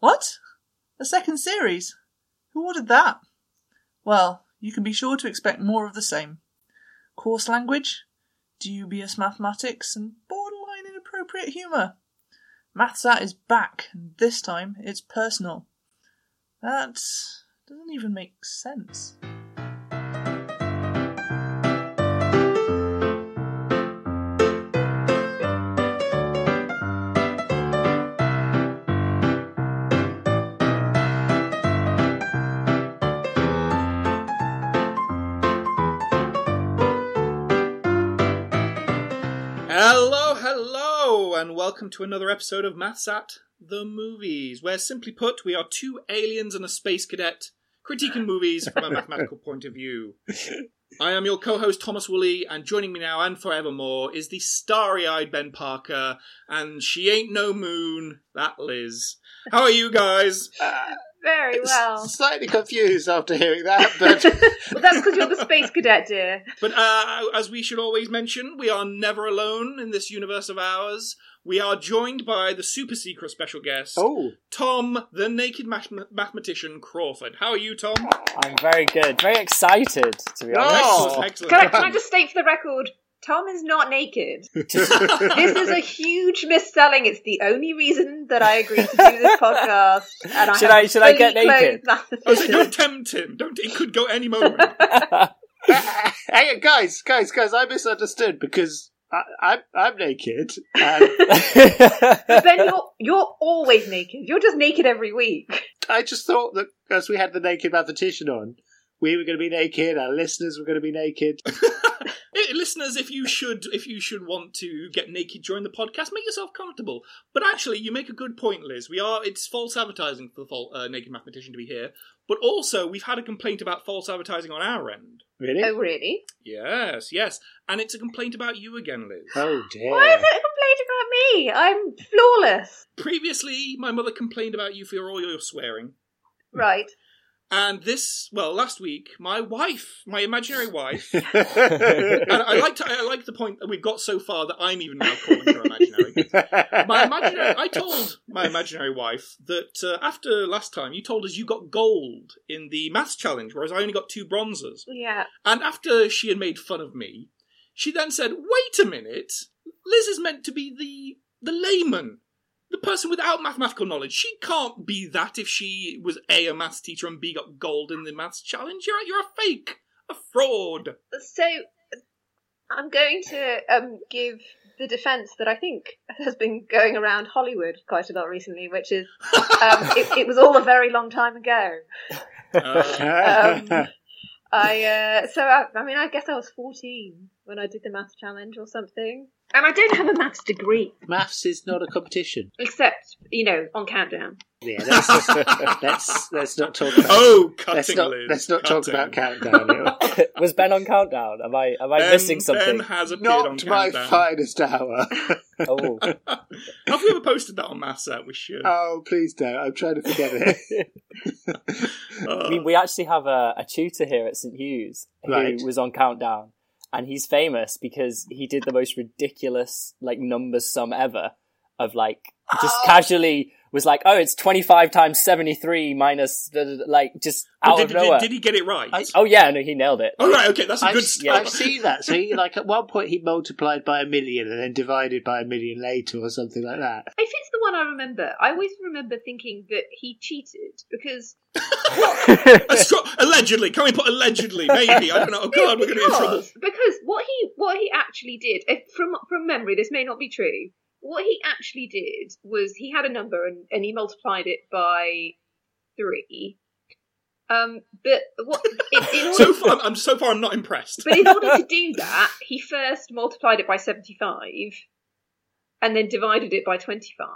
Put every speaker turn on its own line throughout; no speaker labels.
What? A second series? Who ordered that? Well, you can be sure to expect more of the same. Coarse language, dubious mathematics, and borderline inappropriate humour. Mathsat is back, and this time it's personal. That doesn't even make sense.
Hello, hello, and welcome to another episode of Maths at the Movies, where simply put, we are two aliens and a space cadet critiquing movies from a mathematical point of view. I am your co host, Thomas Woolley, and joining me now and forevermore is the starry eyed Ben Parker, and she ain't no moon, that Liz. How are you guys?
Uh, Very well.
Slightly confused after hearing that, but
Well, that's because you're the space cadet, dear.
But uh, as we should always mention, we are never alone in this universe of ours. We are joined by the super secret special guest,
oh,
Tom, the naked math- mathematician Crawford. How are you, Tom?
I'm very good. Very excited, to be
Oh.
honest.
excellent.
Can I,
excellent.
can I just state for the record? Tom is not naked. this is a huge misselling. It's the only reason that I agreed to do this podcast. And I
Should
have
I- should I
fully
get naked?
clothed
Oh, so
mathematician.
don't tempt him. Don't. It could go any moment.
hey, guys, guys, guys, I misunderstood because I, I, I'm naked. And
But Ben, you're, you're always naked. You're just naked every week.
I just thought that as we had the naked mathematician on, we were going to be naked. Our listeners were going to be naked.
Eh, listeners, if you should, if you should want to get naked during the podcast, make yourself comfortable. But actually, you make a good point, Liz. We are. It's false advertising for the fal- uh, naked mathematician to be here. But also, we've had a complaint about false advertising on our end.
Really?
Oh, really?
Yes, yes, and it's a complaint about you again, Liz.
Oh dear.
Why is it a complaint about me? I'm flawless.
Previously, my mother complained about you for all your swearing.
Right.
And this, well, last week, my wife, my imaginary wife, and I like to, I like the point that we've got so far that I'm even now calling her imaginary. My imaginary, I told my imaginary wife that uh, after last time, you told us you got gold in the maths challenge, whereas I only got two bronzes.
Yeah.
And after she had made fun of me, she then said, "Wait a minute, Liz is meant to be the the layman." The person without mathematical knowledge, she can't be that if she was A, a maths teacher, and B, got gold in the maths challenge. You're, you're a fake, a fraud.
So I'm going to um, give the defence that I think has been going around Hollywood quite a lot recently, which is um, it, it was all a very long time ago.
Uh,
Um, I uh, so I, I mean I guess I was 14 when I did the maths challenge or something, and I don't have a maths degree
Maths is not a competition.
except you know on Countdown.
Yeah, let's, let's, let's not talk about.
oh, cutting
let's not,
Liz.
let's not talk
cutting.
about countdown.
Was Ben on countdown? Am I am I
Ben-
missing something?
Ben has appeared on
not my
Countdown.
finest hour.
Oh.
Have we ever posted that on Massat? We should.
Oh, please don't. I'm trying to forget it.
Uh,
we, we actually have a, a tutor here at St Hugh's who
Right.
was on countdown, and he's famous because he did the most ridiculous like numbers sum ever of like just casually was like, oh, it's twenty five times seventy three minus da- da- da," like just
but
out
Oh, did,
of
did-
nowhere.
did he get it right?
Oh yeah, no, he nailed it.
All right, okay, that's a
I've,
good
s-
start.
I've seen that. So, he, like, at one point he multiplied by a million and then divided by a million later or something like that.
If it's the one I remember, I always remember thinking that he cheated because
A stro- allegedly, can we put allegedly? Maybe I don't know. Oh God, we're going to be in trouble.
because, because what he what he actually did if, from from memory this may not be true what he actually did was he had a number and, and he multiplied it by three um but what in, in
So
order
far, I'm, I'm so far I'm not impressed.
but in order to do that he first multiplied it by 75 and then divided it by 25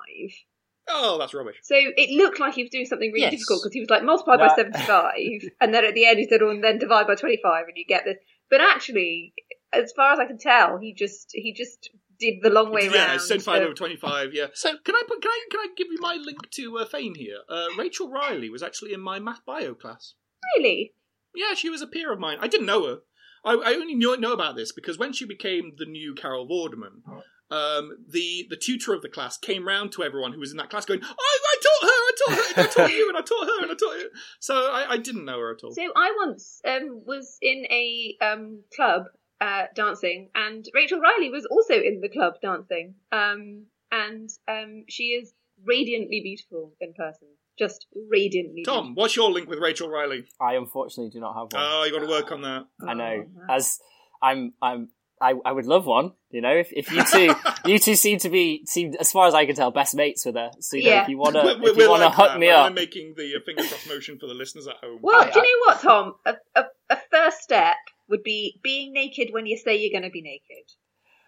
Oh, that's rubbish.
so it looked like he was doing something really
Yes.
difficult because he was like multiply by
No.
75 and then at the end he said oh and then divide by 25 and you get this but actually as far as i can tell he just he just did the long way
yeah,
round
send five
of-
over twenty-five. Yeah.
So,
Can I put? Can I? Can I give you my link to uh, Fane here? Uh, Rachel Riley was actually in my math bio class.
really
Yeah, she was a peer of mine. I didn't know her. I, I only knew know about this because when she became the new Carol Vorderman, um, the the tutor of the class came round to everyone who was in that class, going, "I, I taught her, I taught her, and I taught you, and I taught her, and I taught you." So I, I didn't know her at all.
So I once um, was in a um, club uh, dancing, and Rachel Riley was also in the club dancing, um, and um, she is radiantly beautiful in person, just radiantly.
Tom, what's your link with Rachel Riley?
I unfortunately do not have one.
Oh, you got to work on that.
I know.
Oh,
As I'm, I'm, I, I would love one. You know, if, if you two, you two seem to be, seem as far as I can tell, best mates with her. So you know,
Yeah.
if you wanna,
We're- we're-
if you
we're
wanna
like
hook
that.
me
We're-
up,
We're making the uh, finger cross motion for the listeners at home.
Well,
I-
do you know what, Tom? A, a, a first step would be being naked when you say you're going to be naked.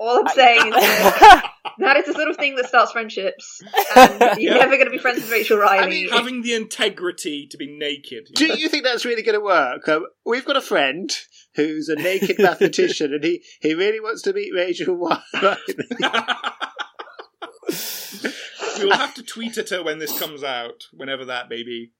All I'm saying is that, that is the sort of thing that starts friendships. And you're
Yeah.
never going to be friends with Rachel
I
Riley.
mean, having the integrity to be naked.
Do you think that's really going to work? Um, we've got a friend who's a naked mathematician, and he, he really wants to meet Rachel Wiley.
we will have to tweet at her when this comes out, whenever that may be.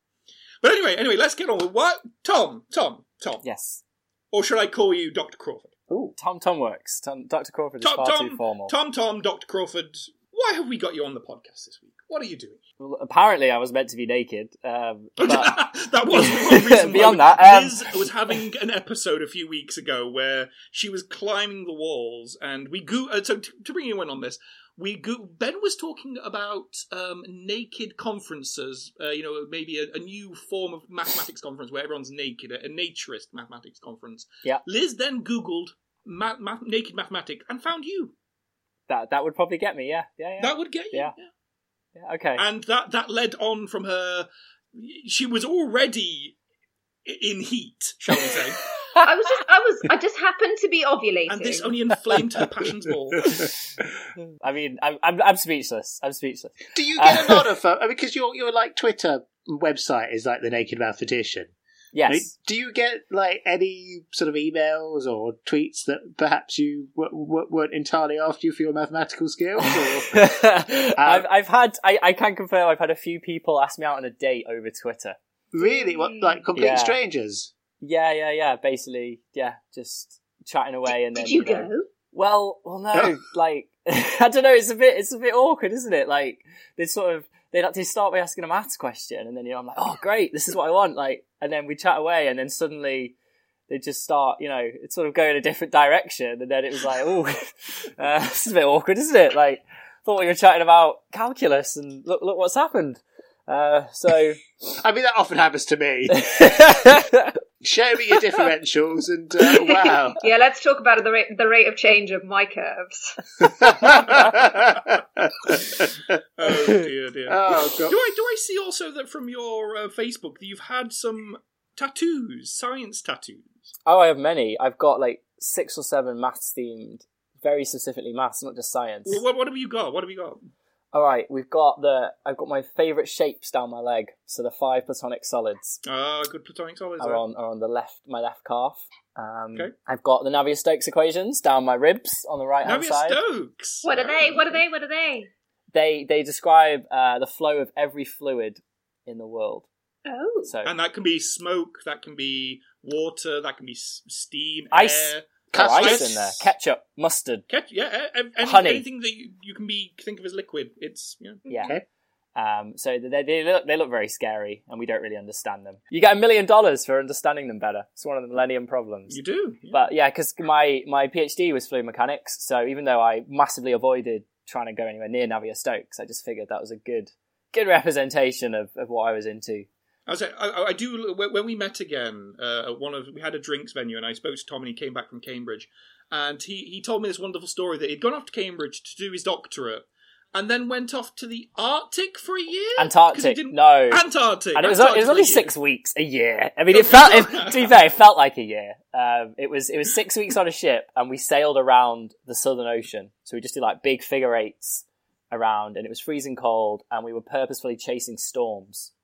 But anyway, anyway, let's get on with what Tom, Tom, Tom,
yes.
or should I call you Doctor Crawford?
Tom, Tom works. Tom, Dr. Crawford is
Tom,
far too
Tom,
formal.
Tom, Tom, Doctor Crawford. Why have we got you on the podcast this week? What are you doing?
Well, apparently, I was meant to be naked, um, but
that was one reason.
Beyond
why we-
that, um-
Liz was having an episode a few weeks ago where she was climbing the walls, and we go. Uh, so to, to bring you in on this, we go. Ben was talking about um, naked conferences. Uh, you know, maybe a, a new form of mathematics conference where everyone's naked, a, a naturist mathematics conference.
Yeah.
Liz then Googled. Ma- ma- naked mathematics and found you.
that that would probably get me. Yeah, yeah, yeah.
That would get you.
Yeah. yeah okay.
and that that led on from her. She was already i- in heat, shall we say,
I was just, I was, I just happened to be ovulating.
and this only inflamed her passions more.
I mean, I'm, I'm, I'm speechless. I'm speechless.
Do you get a lot of um, because your your like Twitter website is like the Naked Mathematician?
Yes.
Do you get like any sort of emails or tweets that perhaps you w- w- weren't entirely after you for your mathematical skills? Or...
I've, I've had, I, I can confirm, I've had a few people ask me out on a date over Twitter.
really, what like complete
Yeah.
strangers?
Yeah, yeah, yeah. Basically, yeah, just chatting away and then.
Did you
know-
go?
Well, well, no. like, I don't know. It's a bit, it's a bit awkward, isn't it? Like, they sort of, they like, they start by asking a maths question, and then you know, I'm like, oh, great, this is what I want. Like, and then we chat away, and then suddenly. They just start, you know, it's sort of going a different direction, and then it was like, oh, uh, this is a bit awkward, isn't it? Like, thought we were chatting about calculus, and look, look what's happened. Uh, so,
I mean, that often happens to me. Show me your differentials, and uh, wow.
Yeah, let's talk about the rate, the rate of change of my curves.
Oh dear, dear.
Uh,
oh
do
god.
I do I see also that from your uh, Facebook that you've had some tattoos, science tattoos?
Oh, I have many. I've got like six or seven maths themed, very specifically maths, not just science.
Wh- What, what have you got? What have you got?
All right, we've got the. I've got my favourite shapes down my leg, so the five platonic solids
Ah, good platonic solids.
are
there.
on are on the left, my left calf. Um,
Okay.
I've got the Navier-Stokes equations down my ribs on the right hand
Navier
side.
Stokes.
What are they? What are they? What are they?
They they describe uh, the flow of every fluid in the world.
Oh,
So
And that can be smoke. That can be water. That can be s- steam.
Ice.
air.
oh, ice
ice.
in there, ketchup, mustard.
Catch, yeah, a- a- any-
Honey.
anything that you, you can be think of as liquid. It's you know,
Yeah.
Okay.
Um, so they, they look they look very scary, and we don't really understand them. You get a million dollars for understanding them better. It's one of the Millennium Problems.
you do.
But yeah, because my my PhD was fluid mechanics, so even though I massively avoided trying to go anywhere near Navier Stokes, I just figured that was a good good representation of, of what I was into.
I was like, I, I- I do. When when we met again, uh, at one of we had a drinks venue, and I spoke to Tom, and he came back from Cambridge, and he he told me this wonderful story that he'd gone off to Cambridge to do his doctorate, and then went off to the Arctic for a year, 'Cause he
Antarctic,
didn't-
no.
Antarctic,
and it was,
Antarctic
it was
for a
only
year.
six weeks, a year. I mean, it felt. It, to be fair, it felt like a year. Um, it was it was six weeks on a ship, and we sailed around the Southern Ocean. So we just did like big figure eights around, and it was freezing cold, and we were purposefully chasing storms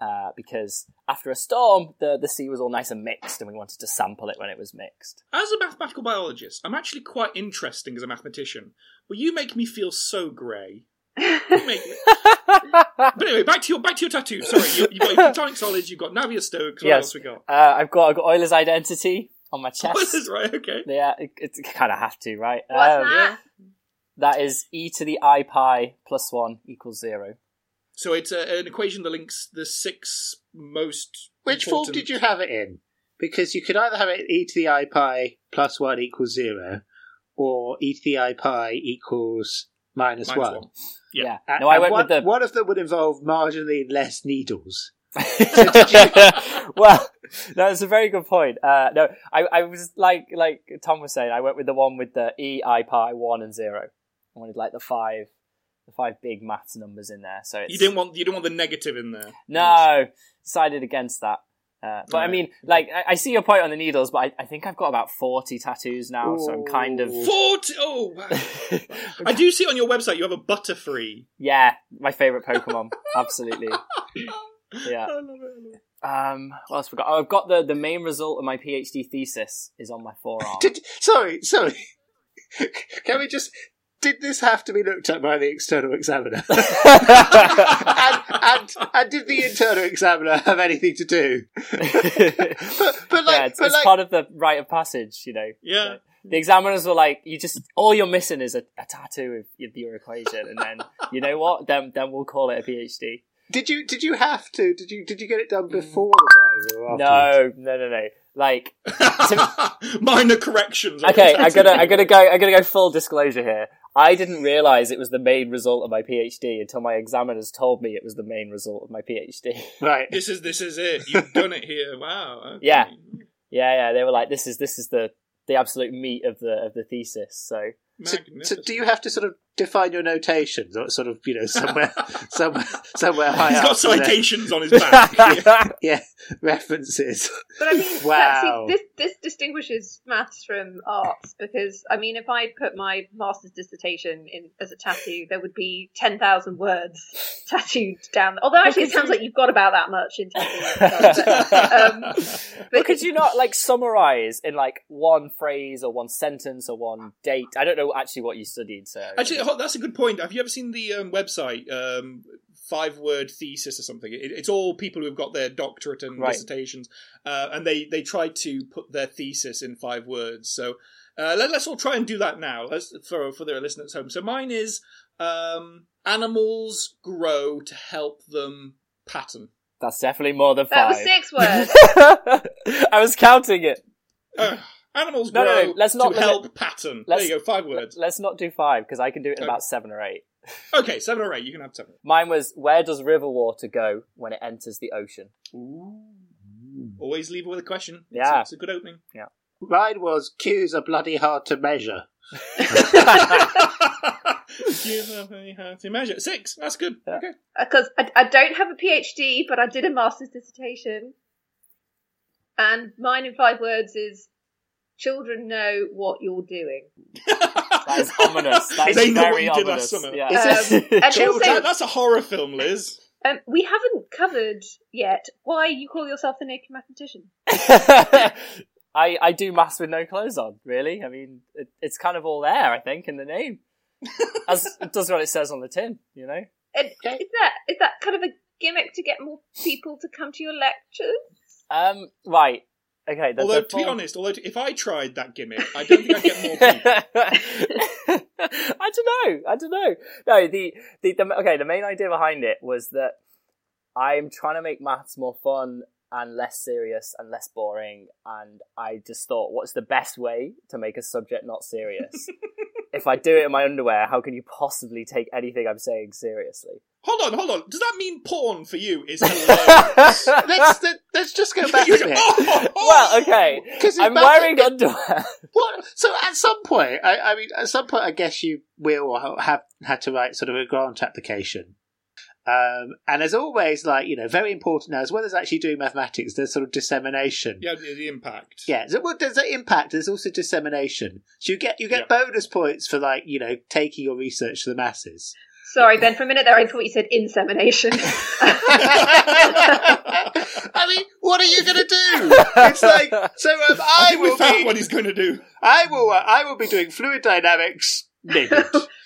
uh, because after a storm, the the sea was all nice and mixed, and we wanted to sample it when it was mixed.
As a mathematical biologist, I'm actually quite interesting as a mathematician, but you make me feel so grey. You make me- but anyway, back to your back to your tattoo. Sorry, you, you've got your platonic solids, you've got Navier Stokes. What
Yes.
else we got?
Uh, I've got I've got Euler's identity on my chest.
right. Okay.
Oh, Yeah, it, it kind of have to, right?
what's
Um,
that?
That is e to the i pi plus one equals zero.
So it's a, an equation that links the six most.
Which form
important-
did you have it in? Because you could either have it e to the i pi plus 1 equals 0, or e to the i pi equals minus,
Minus
1.
one. Yeah.
Yeah.
And-
No, I
and
went
one,
with the
One of them would involve marginally less needles.
well, that's a very good point. Uh, no, I, I was like like Tom was saying, I went with the one with the e i pi one and zero. I wanted like the five, the five big maths numbers in there. So it's,
You didn't want you didn't want the negative in there.
No, decided against that. Uh, but I
Alright,
mean, like, I, I see your point on the needles, but I, I think I've got about forty tattoos now, so I'm kind of.
Ooh.
Forty. Oh, wow. I do see on your website you have a butterfree.
yeah, my favorite Pokemon, absolutely. Yeah.
I love it, I love it.
Um, what else we got? Oh, I've got the the main result of my PhD thesis is on my forearm.
Did, sorry, sorry. Can we just. Did this have to be looked at by the external examiner? and, and, and did the internal examiner have anything to do? But, but like,
yeah, it's,
but
it's
like
part of the rite of passage, you know.
Yeah.
The examiners were like, "You just all you're missing is a, a tattoo of, of your equation, and then you know what? Then then we'll call it a PhD."
Did you did you have to? Did you did you get it done
Mm.
before the final? Or afterwards?
No, no, no, no. Like,
Minor corrections.
okay, I gotta, I gotta go, I gotta go full disclosure here. I didn't realize it was the main result of my PhD until my examiners told me it was the main result of my PhD.
right?
This is this is it. You've done it here. Wow. okay.
Yeah. yeah, yeah, they were like, "This is this is the the absolute meat of the of the thesis." So
So, so
Magnificent.
do you have to sort of define your notations, or sort of you know somewhere somewhere somewhere high
He's
up?
got
you know,
citations on his back.
yeah, references.
But I mean,
Wow.
that, see, this, this distinguishes maths from arts because, I mean, if I put my master's dissertation in as a tattoo, there would be 10,000 words tattooed down. Although, actually, it sounds like you've got about that much in tattooing. But, um,
but could you not like summarize in like one phrase or one sentence or one date? I don't know actually what you studied, so
Actually, ho- that's a good point. Have you ever seen the um, website um, five word thesis or something? It, it's all people who've got their doctorate and
Right.
dissertations, uh, and they they try to put their thesis in five words. So uh, let, us all try and do that now. Let's for for the listeners at home. So mine is um, animals grow to help them pattern.
that's definitely more than
that
five.
was six words.
I was counting it.
Uh, animals
No, no,
grow
no, let's
to
not limit-
help pattern. There
let's-
you go, five words.
Let's not do five because I can do it in
Okay.
about seven or eight.
Okay, seven or eight. You can have seven.
Mine was where does river water go when it enters the ocean?
Always leave it with a question. It's a-
Yeah.
it's a good opening.
Mine was cues are bloody hard to measure.
Give up any hard to measure. Six. That's good. Okay.
Because Uh, I, I don't have a PhD, but I did a master's dissertation. And mine in five words is children know what you're doing.
That is ominous. That is
They know
very
what you did
ominous.
last summer.
Yeah.
Is
Um, and
Children.
also,
that's a horror film, Liz.
Um, we haven't covered yet why you call yourself the naked mathematician.
I, I do maths with no clothes on, really. I mean, it, it's kind of all there, I think, in the name. As it does what it says on the tin, you know?
And is that is that kind of a gimmick to get more people to come to your lectures?
Um, right. Okay. The,
although,
the
to be
full-
honest, although if I tried that gimmick, I don't think I'd get more people.
I don't know. I don't know. No, the, the the okay. The main idea behind it was that I'm trying to make maths more fun and less serious and less boring. And I just thought, what's the best way to make a subject not serious? if I do it in my underwear, how can you possibly take anything I'm saying seriously?
Hold on, hold on. Does that mean porn for you is hilarious?
Let's let, let's just go back a
You go,
bit.
oh, oh,
well, okay.
'Cause it's
I'm
back-
wearing underwear.
What? So at some point, I, I mean, at some point, I guess you will or ha- have had to write sort of a grant application. Um, and as always, like you know, very important now, as well as actually doing mathematics, there's sort of dissemination.
Yeah, the, the impact.
Yeah, so, well, there's the impact. There's also dissemination. So you get you get bonus points for like you know taking your research to the masses.
Sorry, Ben. For a minute there, I thought you said insemination.
I mean, what are you going to do? It's like so. Um,
I
I
think we
will
found
be.
what he's going to do.
I will. Uh, I will be doing fluid dynamics. Naked.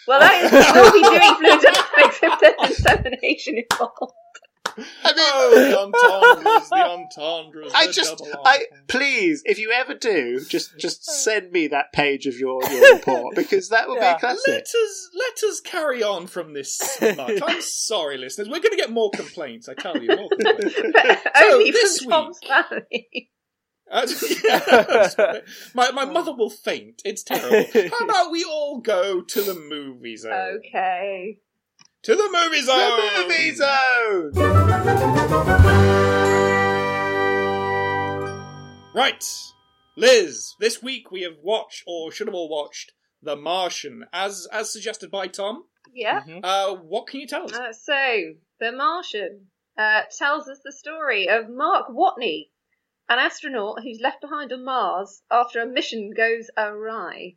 well, that is we'll be doing fluid dynamics if there's insemination involved.
I mean,
Oh, the entendres, the entendres.
I
the
just,
double
I
entendres.
please, if you ever do, just just send me that page of your, your report because that would be
Yeah.
a classic.
Let us let us carry on from this much. I'm sorry, listeners. We're going to get more complaints. I tell you, more complaints.
Only
this
from Tom's family.
Uh, yeah. my my mother will faint. It's terrible. How about we all go to the movie zone?
Oh. okay.
To the oh! movie zone.
The oh! movie zone.
Right, Liz. This week we have watched, or should have all watched, The Martian, as as suggested by Tom.
Yeah.
Uh, what can you tell us?
Uh, so, The Martian uh, tells us the story of Mark Watney, an astronaut who's left behind on Mars after a mission goes awry.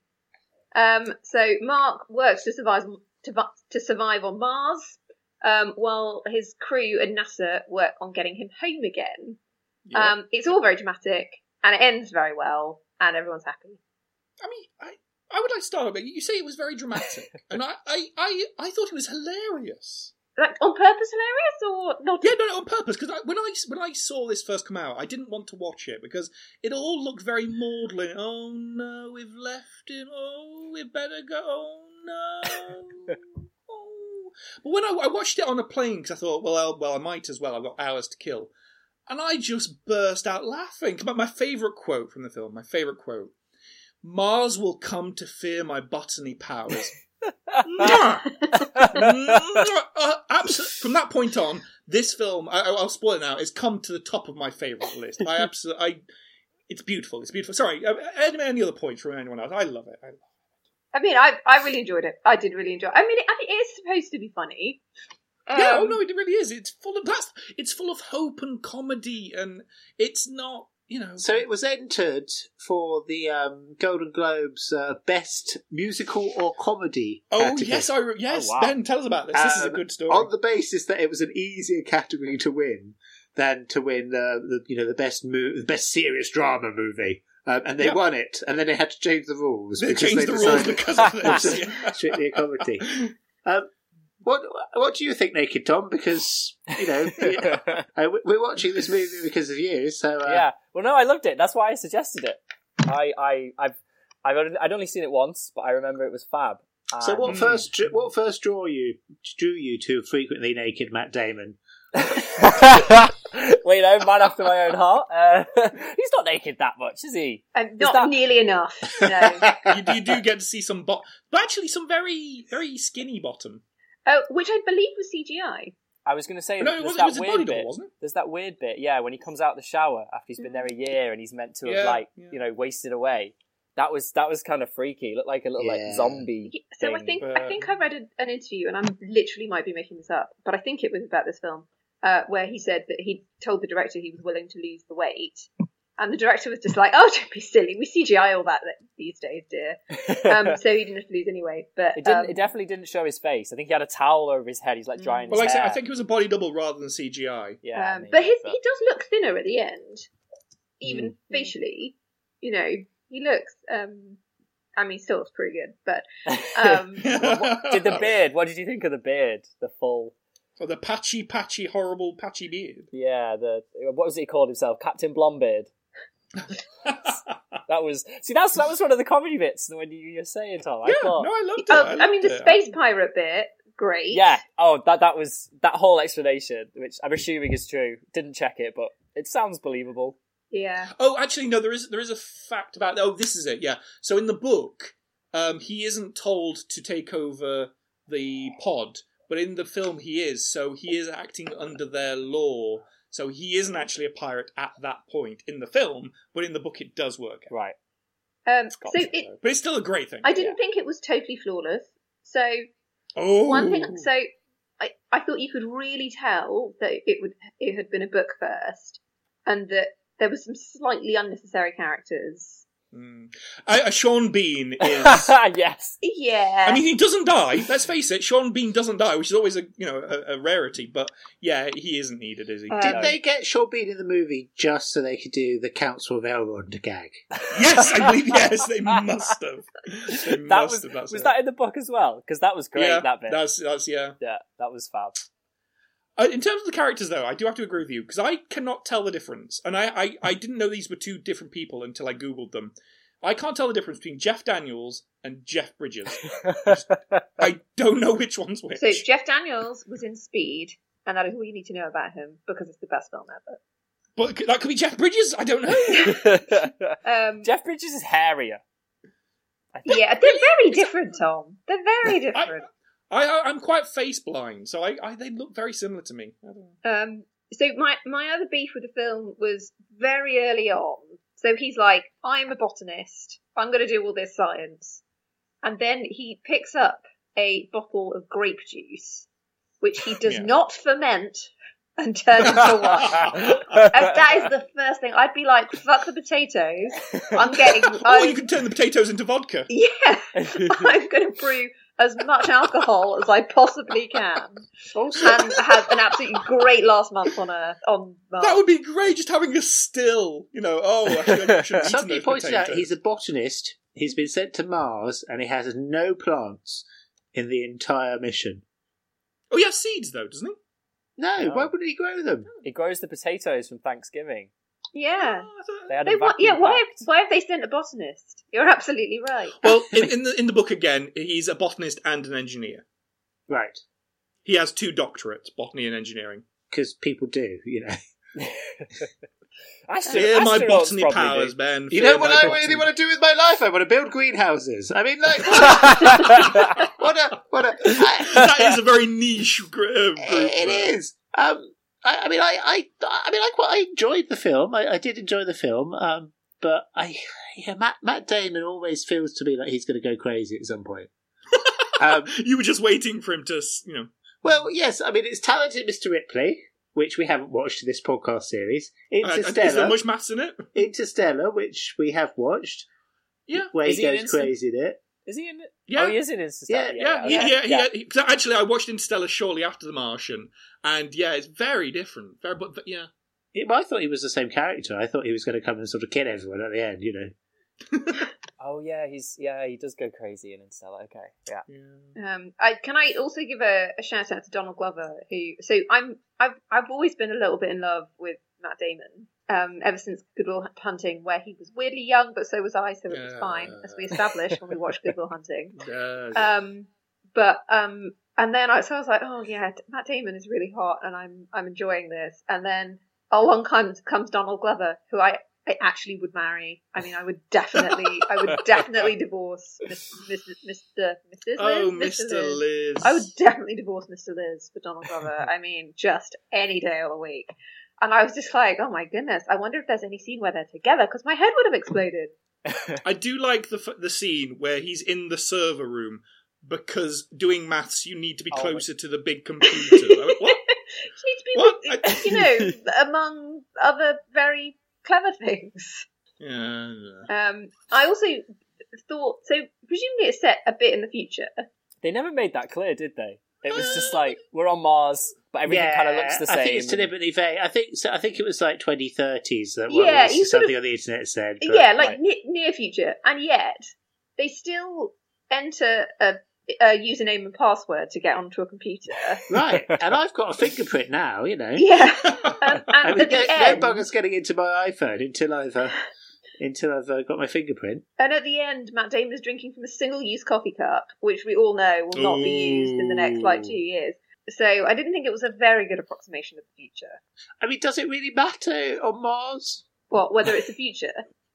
Um, so, Mark works to survive to, vi- to survive on Mars, um, while his crew and NASA work on getting him home again.
Yeah.
Um, it's all very dramatic, and it ends very well, and everyone's happy.
I mean, I, I would like to start off. You say it was very dramatic, and I, I, I, I thought it was hilarious.
Like on purpose, hilarious or not?
Yeah, no, no, on purpose. Because I, when I when I saw this first come out, I didn't want to watch it because it all looked very maudlin. Oh no, we've left him. Oh, we better go. Oh no. oh. But when I, I watched it on a plane, because I thought, well, i well, I might as well. I've got hours to kill, and I just burst out laughing. But my favourite quote from the film, my favourite quote: "Mars will come to fear my botany powers." Mwah! uh, absolute, from that point on, this film, I, I'll spoil it now, has come to the top of my favourite list. I absolutely, I, it's beautiful. It's beautiful. Sorry, uh, any, any other points from anyone else? I love it. I love
I mean, I I really enjoyed it. I did really enjoy. It. I mean, it, I mean, it is supposed to be funny.
it. yeah, oh
Um,
no, it really is. It's full of that's. It's full of hope and comedy, and it's not. You know,
So it was entered for the um, Golden Globes uh, best musical or comedy.
oh
category.
yes, I re- yes.
Oh, wow.
Ben, tell us about this. this is a
Um,
good story.
on the basis that it was an easier category to win than to win uh, the you know the best mo- the best serious drama movie, um, and they
Yeah.
won it, and then they had to change the rules
they
because
changed
they
the rules
decided
because of
it
this.
was
yeah.
strictly a comedy. Um, what what do you think, Naked Tom? Because you know uh, we- we're watching this movie because of you. So uh,
yeah. Well, no, I loved it. That's why I suggested it. I, I, I've, I've, only- I'd only seen it once, but I remember it was fab.
So
And-
what first dr- what first draw you drew you to frequently naked Matt Damon?
Well, you know, man after my own heart. Uh, he's not naked that much, is he?
and not
that-
nearly enough. No.
you, you do get to see some bot, but actually some very very skinny bottom.
uh, which I believe was CGI.
I was going to say,
No, it was,
there's
it
that
was a
weird
body
bit.
doll, wasn't it?
There's that weird bit, yeah, when he comes out of the shower after he's been there a year and he's meant to have
Yeah,
like,
yeah.
you know, wasted away. That was that was kind of freaky. Looked like a little
Yeah.
like zombie.
Yeah, So I
thing,
think I
but-
think I read an an interview, and I'm literally might be making this up, but I think it was about this film uh, where he said that he told the director he was willing to lose the weight, and the director was just like, "Oh, don't be silly. We CGI all that these days, dear." Um, so he didn't have to lose any weight, but
it didn't.
um,
it definitely didn't show his face. I think he had a towel over his head. He's like drying
Mm. Well,
his
like I said,
hair.
I think it was a body double rather than CGI.
yeah,
um,
maybe,
but his, he does look thinner at the end, even
Mm-hmm.
facially. You know, he looks. Um, I mean, still looks pretty good, but um,
did the beard? What did you think of the beard? The full,
Or the patchy, patchy, horrible, patchy beard.
yeah. The what was it he called himself? Captain Blombeard. That was see. That's that was one of the comedy bits when you, you were saying Tom.
yeah,
I thought,
no, I loved it.
oh,
I,
I mean, the
loved it.
space pirate bit, great.
yeah. Oh, that that was that whole explanation, which I'm assuming is true. Didn't check it, but it sounds believable.
yeah.
Oh, actually, no. There is there is a fact about. Oh, this is it. Yeah. So in the book, um, he isn't told to take over the pod, but in the film, he is. So he is acting under their law. So he isn't actually a pirate at that point in the film, but in the book, it does work. out.
Right.
Um,
It's got
so
to,
it,
though.
But it's still a great thing.
I didn't think it was totally flawless. So
oh,
one thing, so I, I thought you could really tell that it would it had been a book first, and that there were some slightly unnecessary characters.
Mm. I, uh, Sean Bean is.
yes.
Yeah,
I mean, he doesn't die. Let's face it, Sean Bean doesn't die, which is always a you know a, a rarity. But yeah, he isn't needed, is he?
Uh,
Did
No.
they get Sean Bean in the movie just so they could do the Council of Elrond gag?
Yes, I believe yes. They must have. They
That
must
was
have. That's
was
it.
that in the book as well? Because that was great.
Yeah,
that bit.
That's that's yeah.
Yeah, that was fab.
Uh, in terms of the characters, though, I do have to agree with you because I cannot tell the difference, and I, I I didn't know these were two different people until I googled them. I can't tell the difference between Jeff Daniels and Jeff Bridges. I don't know which one's which.
So Jeff Daniels was in Speed, and that is all you need to know about him because it's the best film ever.
But c- that could be Jeff Bridges. I don't know.
Um,
Jeff Bridges is hairier. I think.
yeah, they're very different, Tom. They're very different.
I, I I'm quite face blind, so I, I they look very similar to me. I don't know.
Um, so my my other beef with the film was very early on. So he's like, "I'm a botanist. I'm going to do all this science," and then he picks up a bottle of grape juice, which he does
Yeah.
not ferment and turn into wine. And that is the first thing I'd be like, "Fuck the potatoes. I'm getting.
Or you
I'm,
can turn the potatoes into vodka.
yeah, I'm going to brew." As much alcohol as I possibly can,
Also,
and have an absolutely great last month on Earth. On uh, Mars.
That would be great, just having a still. You know, oh, I should, I should eat
somebody
those
pointed out
potatoes.
he's a botanist. He's been sent to Mars, and he has no plants in the entire mission.
Oh, he has seeds, though, doesn't he?
No,
No.
why wouldn't he grow them?
It grows the potatoes from Thanksgiving.
Yeah.
Oh, I thought-
They had
They
a
want,
vacuum
yeah, why have,
packed.
why have they sent a botanist? You're absolutely right.
Well, in, in the in the book again, he's a botanist and an engineer.
Right,
He has two doctorates, botany and engineering.
because people do, you know.
Astro-
Fear my
astronauts
botany
probably
powers,
do.
man.
You
Fear
know what
my
I
botany-
really want to do with my life? I want to build greenhouses. I mean, like, what a, what a. I,
That is a very niche gr- uh, group.
it is. Um, I, I mean, I, I, I mean, I quite I enjoyed the film. I, I did enjoy the film. Um, but I, yeah, Matt, Matt Damon always feels to me like he's going to go crazy at some point. um,
You were just waiting for him to, s- you know.
well, yes, I mean, it's talented Mr. Ripley, which we haven't watched in this podcast series.
I- I- uh, Is
Interstellar,
there much maths in it?
Interstellar, which we have watched.
Yeah.
where
Is
he
he an
goes
instant-
crazy in it.
Is he in it?
Yeah.
Oh, he is in Insta.
Yeah,
Yeah,
okay.
yeah, yeah. he- 'cause Actually, I watched Interstellar shortly after The Martian, and yeah, it's very different. Very, but, but yeah,
Yeah, but I thought he was the same character. I thought he was going to come and sort of kill everyone at the end, you know.
Oh, yeah, he's yeah, he does go crazy in Interstellar. Okay, yeah.
Um, I, can I also give a, a shout out to Donald Glover, who? So I'm I've I've always been a little bit in love with Matt Damon. Um, ever since Good Will Hunting, where he was weirdly young, but so was I, so it was
Yeah.
fine, as we established when we watched Good Will Hunting.
Uh,
Um, but um, and then I so I was like, oh yeah, Matt Damon is really hot, and I'm I'm enjoying this. And then along comes comes Donald Glover, who I I actually would marry. I mean, I would definitely, I would definitely divorce Mister Mister Mrs.
oh,
Liz,
Mr. Liz.
I would definitely divorce Mr. Liz for Donald Glover. I mean, just any day of the week. And I was just like, oh my goodness, I wonder if there's any scene where they're together because my head would have exploded.
I do like the f- the scene where he's in the server room because doing maths, you need to be
Oh my-
closer to the big computer. I went, what?
She'd be,
What?
with-
I-
you know, among other very clever things.
Yeah, yeah.
Um, I also thought so. Presumably, it's set a bit in the future.
They never made that clear, did they? It was just
Uh,
like we're on Mars, but everything kind of looks the same.
I think it's
and-
deliberately vague. I think so, I think it was like 2030s that
Yeah,
yeah,
you sort
something on the internet said. but-
yeah, like
right.
ne- near future, and yet they still enter a, a username and password to get onto a computer.
Hmm? right. And I've got a fingerprint now, you know.
yeah, um, and
I mean,
at
no,
the
no
end,
bugger's getting into my iPhone until I've uh, until I've uh, got my fingerprint.
and at the end, Matt Damon is drinking from a single-use coffee cup, which we all know will not be used in the next like two
Ooh.
years. So I didn't think it was a very good approximation of the future.
I mean, does it really matter on Mars?
Well, whether it's the future.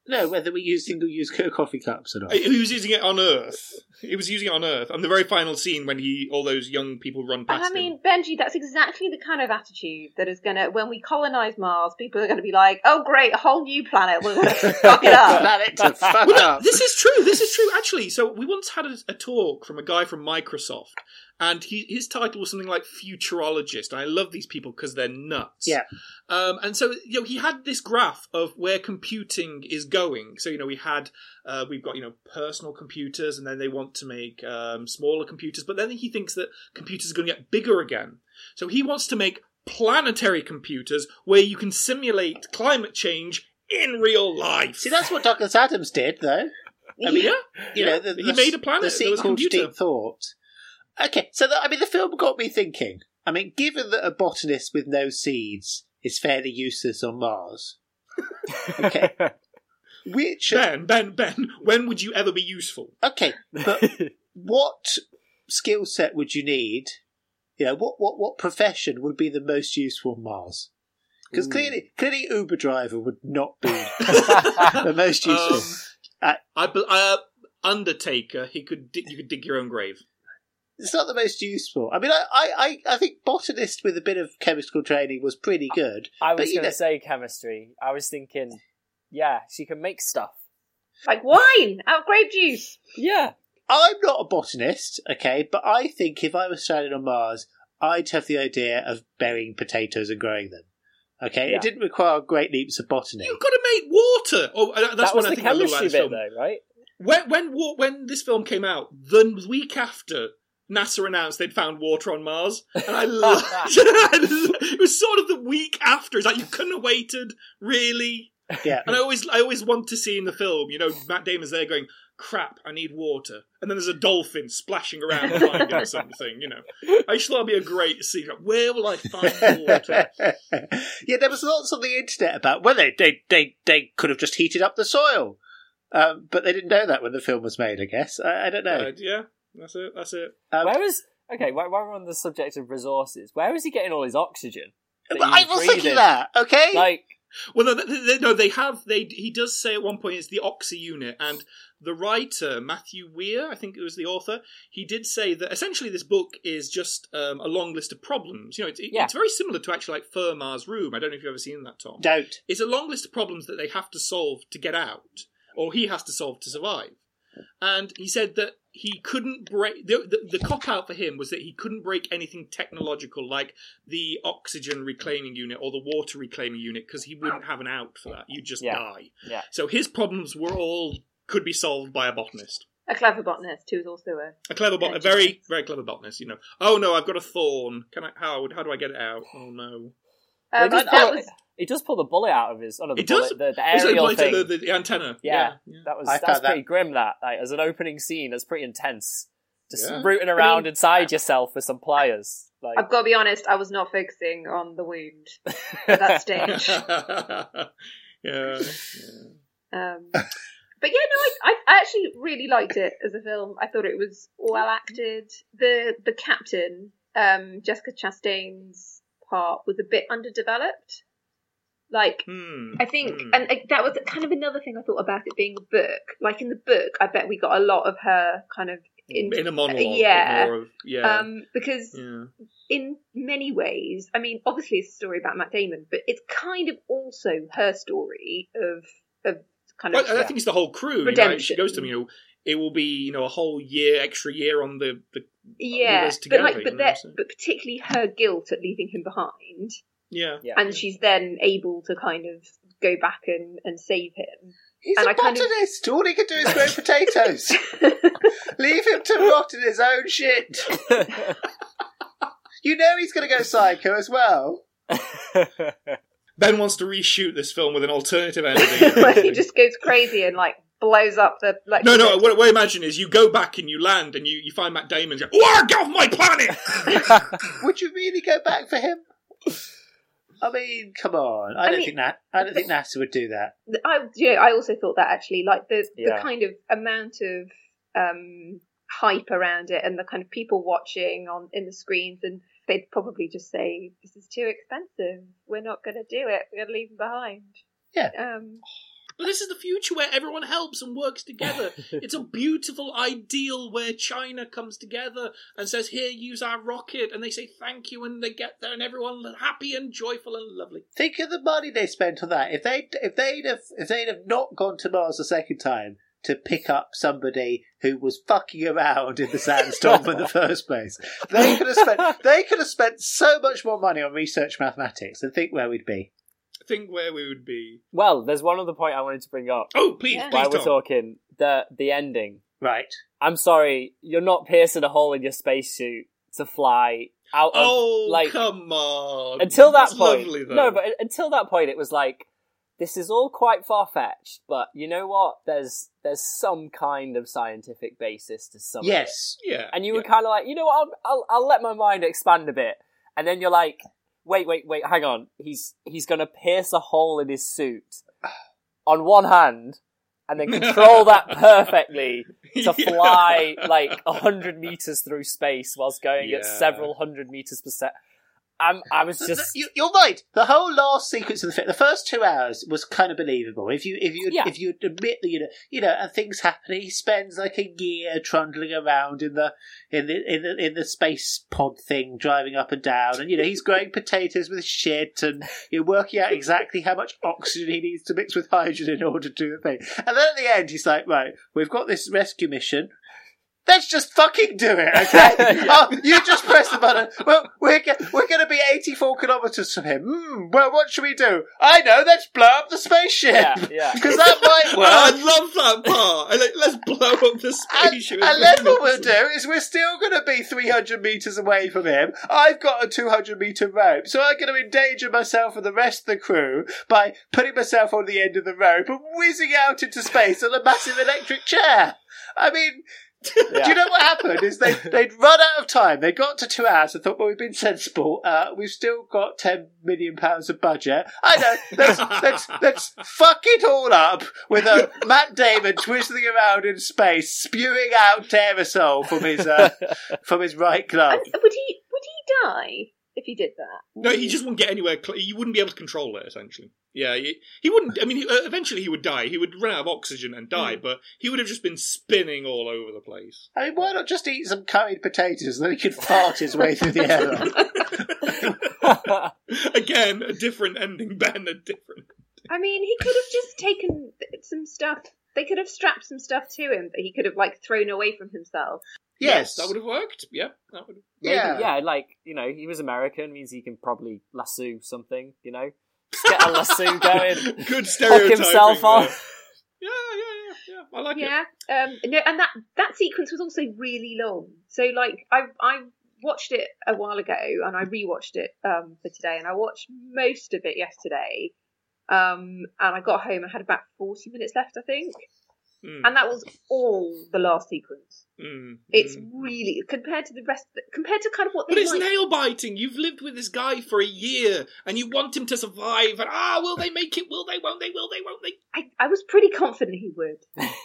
No, whether we use single-use co- coffee cups or not.
He was using it on Earth. He was using it on Earth. And the very final scene when he, all those young people run past
I
him.
mean, Benji, that's exactly the kind of attitude that is going to, when we colonize Mars, people are going to be like, oh, great, a whole new planet. We're going to fuck it up.
Planet to fuck
Well, no,
up.
this is true. This is true. Actually, so we once had a, a talk from a guy from Microsoft, and he, his title was something like futurologist. And I love these people because they're nuts.
Yeah.
Um, and so you know, he had this graph of where computing is going. So you know, we had uh, we've got you know personal computers, and then they want to make um, smaller computers. But then he thinks that computers are going to get bigger again. So he wants to make planetary computers where you can simulate climate change in real life.
See, that's what Douglas Adams did, though. I mean,
yeah.
you know, the,
he
the-
made a planet.
The
There was a
sequel to
computer.
Deep Thought. Okay, so the, I mean, the film got me thinking. I mean, given that a botanist with no seeds is fairly useless on Mars, Okay. which
Ben, Ben, Ben, when would you ever be useful?
okay, but what skill set would you need? You know, what what what profession would be the most useful on Mars? Because clearly, clearly, Uber driver would not be the most useful.
Um,
Uh,
I, bel- uh, Undertaker. He could. Dig, you could dig your own grave.
it's not the most useful. I mean, I, I, I, I think botanist with a bit of chemical training was pretty good.
I
But,
was
you
going
know-
to say chemistry. I was thinking, yeah, she can make stuff.
Like wine out of grape juice.
Yeah.
I'm not a botanist, okay, but I think if I was stranded on Mars, I'd have the idea of burying potatoes and growing them. Okay,
Yeah.
it didn't require great leaps of botany.
You've got to make water. Oh, uh, that's
that was
when I
the
think I love about
chemistry
this
bit,
film.
though, right?
When when wa- when this film came out, the week after NASA announced they'd found water on Mars, and I loved it. was sort of the week after. It's like you couldn't have waited, really.
Yeah,
And I always I always want to see in the film, you know, Matt Damon's there going, "Crap, I need water," and then there's a dolphin splashing around behind him or something. You know, I just thought it'd be a great scene. Like, Where will I find water?
yeah, there was lots on the internet about well, they they they, they could have just heated up the soil, um, but they didn't know that when the film was made. I guess I, I don't know.
Uh, yeah, that's it. That's it.
Um,
Where is okay? While while we're on the subject of resources, where is he getting all his oxygen? that
but I
he's
was thinking
breathing?
that. Okay,
Like,
Well, no, they, they, no, they have. They he does say at one point it's the oxy unit, and the writer Matthew Weir, I think it was the author, he did say that essentially this book is just um, a long list of problems. You know, it's, it-
Yeah.
it's very similar to actually like Fermat's Room. I don't know if you've ever seen that, Tom.
don't.
It's a long list of problems that they have to solve to get out, or he has to solve to survive. And he said that he couldn't break the, the, the cop out for him was that he couldn't break anything technological like the oxygen reclaiming unit or the water reclaiming unit because he wouldn't have an out for that. You'd just
Yeah.
die.
Yeah.
So his problems were all could be solved by a botanist.
A clever botanist who is also a uh,
A clever bot, a very, very clever botanist. You know. Oh no, I've got a thorn. Can I? How? How do I get it out? Oh no.
um,
Well,
that
it does-
was
he does pull the bullet out of his. Oh, no, the
It does-
bullet, the, the
Is it
aerial
like
thing.
The, the, the antenna.
Yeah. That was
I
that's
found that-
pretty grim. That like, as an opening scene, that's pretty intense. Just
Yeah.
rooting around
mean-
inside yourself with some pliers. Like,
I've got to be honest, I was not focusing on the wound at that stage.
yeah. yeah.
Um, but yeah, no, I, I- I actually really liked it as a film. I thought it was well acted. The the captain, um, Jessica Chastain's part was a bit underdeveloped. Like
Hmm.
I think,
Hmm.
and like, that was kind of another thing I thought about it being a book. Like in the book, I bet we got a lot of her kind of in,
in a monologue.
yeah.
Yeah. More of, yeah. Hmm.
um, because
yeah.
in many ways, I mean, obviously it's a story about Matt Damon, but it's kind of also her story of of kind
Well,
of
I- I think it's the whole crew. You know,
Redemption.
she goes to me. You know, it will be you know a whole year, extra year on the, the
yeah,
us
but
together,
like,
you
but
know,
that,
so-
but particularly her guilt at leaving him behind,
yeah.
yeah.
and she's then able to kind of go back and and save him.
He's
And
a
I kind of-
botanist. All he can do is grow potatoes. Leave him to rot in his own shit. You know he's going to go psycho as well.
Ben wants to reshoot this film with an alternative
Where he
ending.
just goes crazy and like blows up the like.
No, no. What, what I imagine is you go back and you land and you, you find Matt Damon. Go, oh, get off my planet!
Would you really go back for him? I mean, come on. I,
I
don't
mean-
think that. I don't think NASA would do that.
I you know, I also thought that actually, like the
Yeah.
the kind of amount of um hype around it and the kind of people watching on in the screens and they'd probably just say this is too expensive we're not going to do it we're going to leave them behind
Yeah.
um
But this is the future where everyone helps and works together. it's a beautiful ideal where China comes together and says, "Here, use our rocket," and they say thank you, and they get there, and everyone's happy and joyful and lovely.
Think of the money they spent on that. If they if they'd have if they'd have not gone to Mars the second time to pick up somebody who was fucking around in the sandstorm in the first place, they could have spent they could have spent so much more money on research mathematics and think where we'd be.
Think where we would be.
well, there's one other point I wanted to bring up
Oh, please,
Yeah.
while
please,
we're
Tom.
talking the the ending.
Right.
I'm sorry, you're not piercing a hole in your spacesuit to fly out of
Oh,
um, like
come on!
until that
That's
point.
lovely, though.
no, but un- until that point, it was like this is all quite far fetched, but you know what? There's there's some kind of scientific basis to some. of it.
Yes.
yeah,
and you
yeah.
were kind of like, you know what? I'll, I'll I'll let my mind expand a bit, and then you're like, wait, wait, wait, hang on. He's he's gonna pierce a hole in his suit on one hand, and then control that perfectly to
Yeah.
fly like a hundred meters through space whilst going at
Yeah.
several hundred meters per sec. I'm, I was just
you, you're right. The whole last sequence of the film, the first two hours, was kind of believable. If you if you
Yeah.
if you admit that you know you know and things happen, he spends like a year trundling around in the in the in the in the space pod thing, driving up and down, and you know he's growing potatoes with shit, and you're working out exactly how much oxygen he needs to mix with hydrogen in order to do the thing. And then at the end, he's like, right, we've got this rescue mission. Let's just fucking do it, okay?
Yeah.
oh, you just press the button. Well, we're go- we're going to be eighty four kilometers from him. Hmm, well, what should we do? I know. Let's blow up the spaceship.
yeah, yeah.
Because that might
Well,
work.
I love that part. I like, let's blow up the
And,
spaceship.
and then what we'll do is we're still going to be 300 metres away from him. I've got a 200 metre rope, so I'm going to endanger myself and the rest of the crew by putting myself on the end of the rope and whizzing out into space on a massive electric chair. I mean, do
Yeah.
you know what happened? Is they, they'd run out of time. They got to two hours and thought, well, we've been sensible. Uh, we've still got £10 million pounds of budget. I know. Let's, let's, let's fuck it all up with a Matt Damon twisting around in space, spewing out aerosol from his, uh, from his right glove.
And would he would he die if he did that?
No, he just wouldn't get anywhere. Cl- you wouldn't be able to control it, essentially. Yeah, he, he wouldn't. I mean, he, uh, eventually he would die. He would run out of oxygen and die, but he would have just been spinning all over the place.
I mean, why not just eat some curried potatoes and then he could fart his way through the airlock?
Again, a different ending, Ben. A different.
I mean, he could have just taken some stuff. They could have strapped some stuff to him that he could have like thrown away from himself.
Yes.
that would have worked. Yeah, that would.
yeah.
yeah, like you know, he was American, means he can probably lasso something, you know, Just get a lasso going,
Good
hook
stereotyping.
himself
there.
on.
Yeah, yeah, yeah, yeah. I like it.
Yeah. Um. No, and that that sequence was also really long. So like, I I watched it a while ago and I rewatched it um for today and I watched most of it yesterday. Um. And I got home. I had about forty minutes left, I think.
Mm,
And that was all the last sequence.
mm,
It's
mm.
really compared to the rest, compared to kind of what
But
they
it's
like.
nail biting. You've lived with this guy for a year, and you want him to survive. And ah, will they make it? Will they? Won't they? Will they? Won't they?
I, I was pretty confident he would.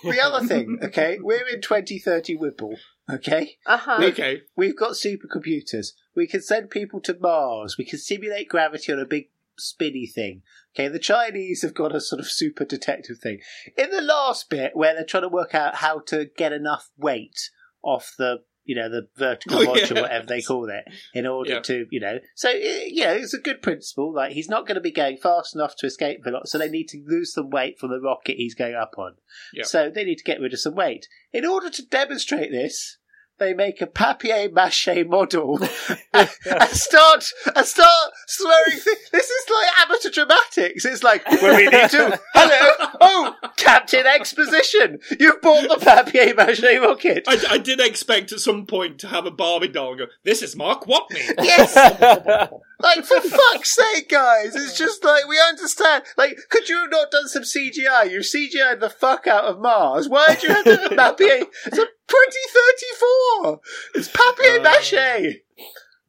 The other thing, okay, we're in 2030 Whipple, okay?
Uh huh.
Okay.
We've got supercomputers. We can send people to Mars. We can simulate gravity on a big spinny thing. Okay, the Chinese have got a sort of super detective thing. In the last bit, where they're trying to work out how to get enough weight off the, you know, the vertical
Oh,
module,
yeah.
whatever they call it, in order
Yeah.
to, you know. So, eh, you know, it's a good principle. Like, he's not going to be going fast enough to escape velocity, so they need to lose some weight from the rocket he's going up on.
Yeah.
So they need to get rid of some weight. In order to demonstrate this, they make a papier mâché model and, and start and start slurring. Thi- this is like amateur dramatics. It's like well, we need to. Hello, oh, Captain Exposition, you've bought the papier mâché rocket.
I, I did expect at some point to have a Barbie doll and go, this is Mark Watney.
Yes, like for fuck's sake, guys! It's just like we understand. Like, could you have not done some CGI? You CGI'd the fuck out of Mars. Why did you have to papier? It's a twenty thirty four. It's papier mâché.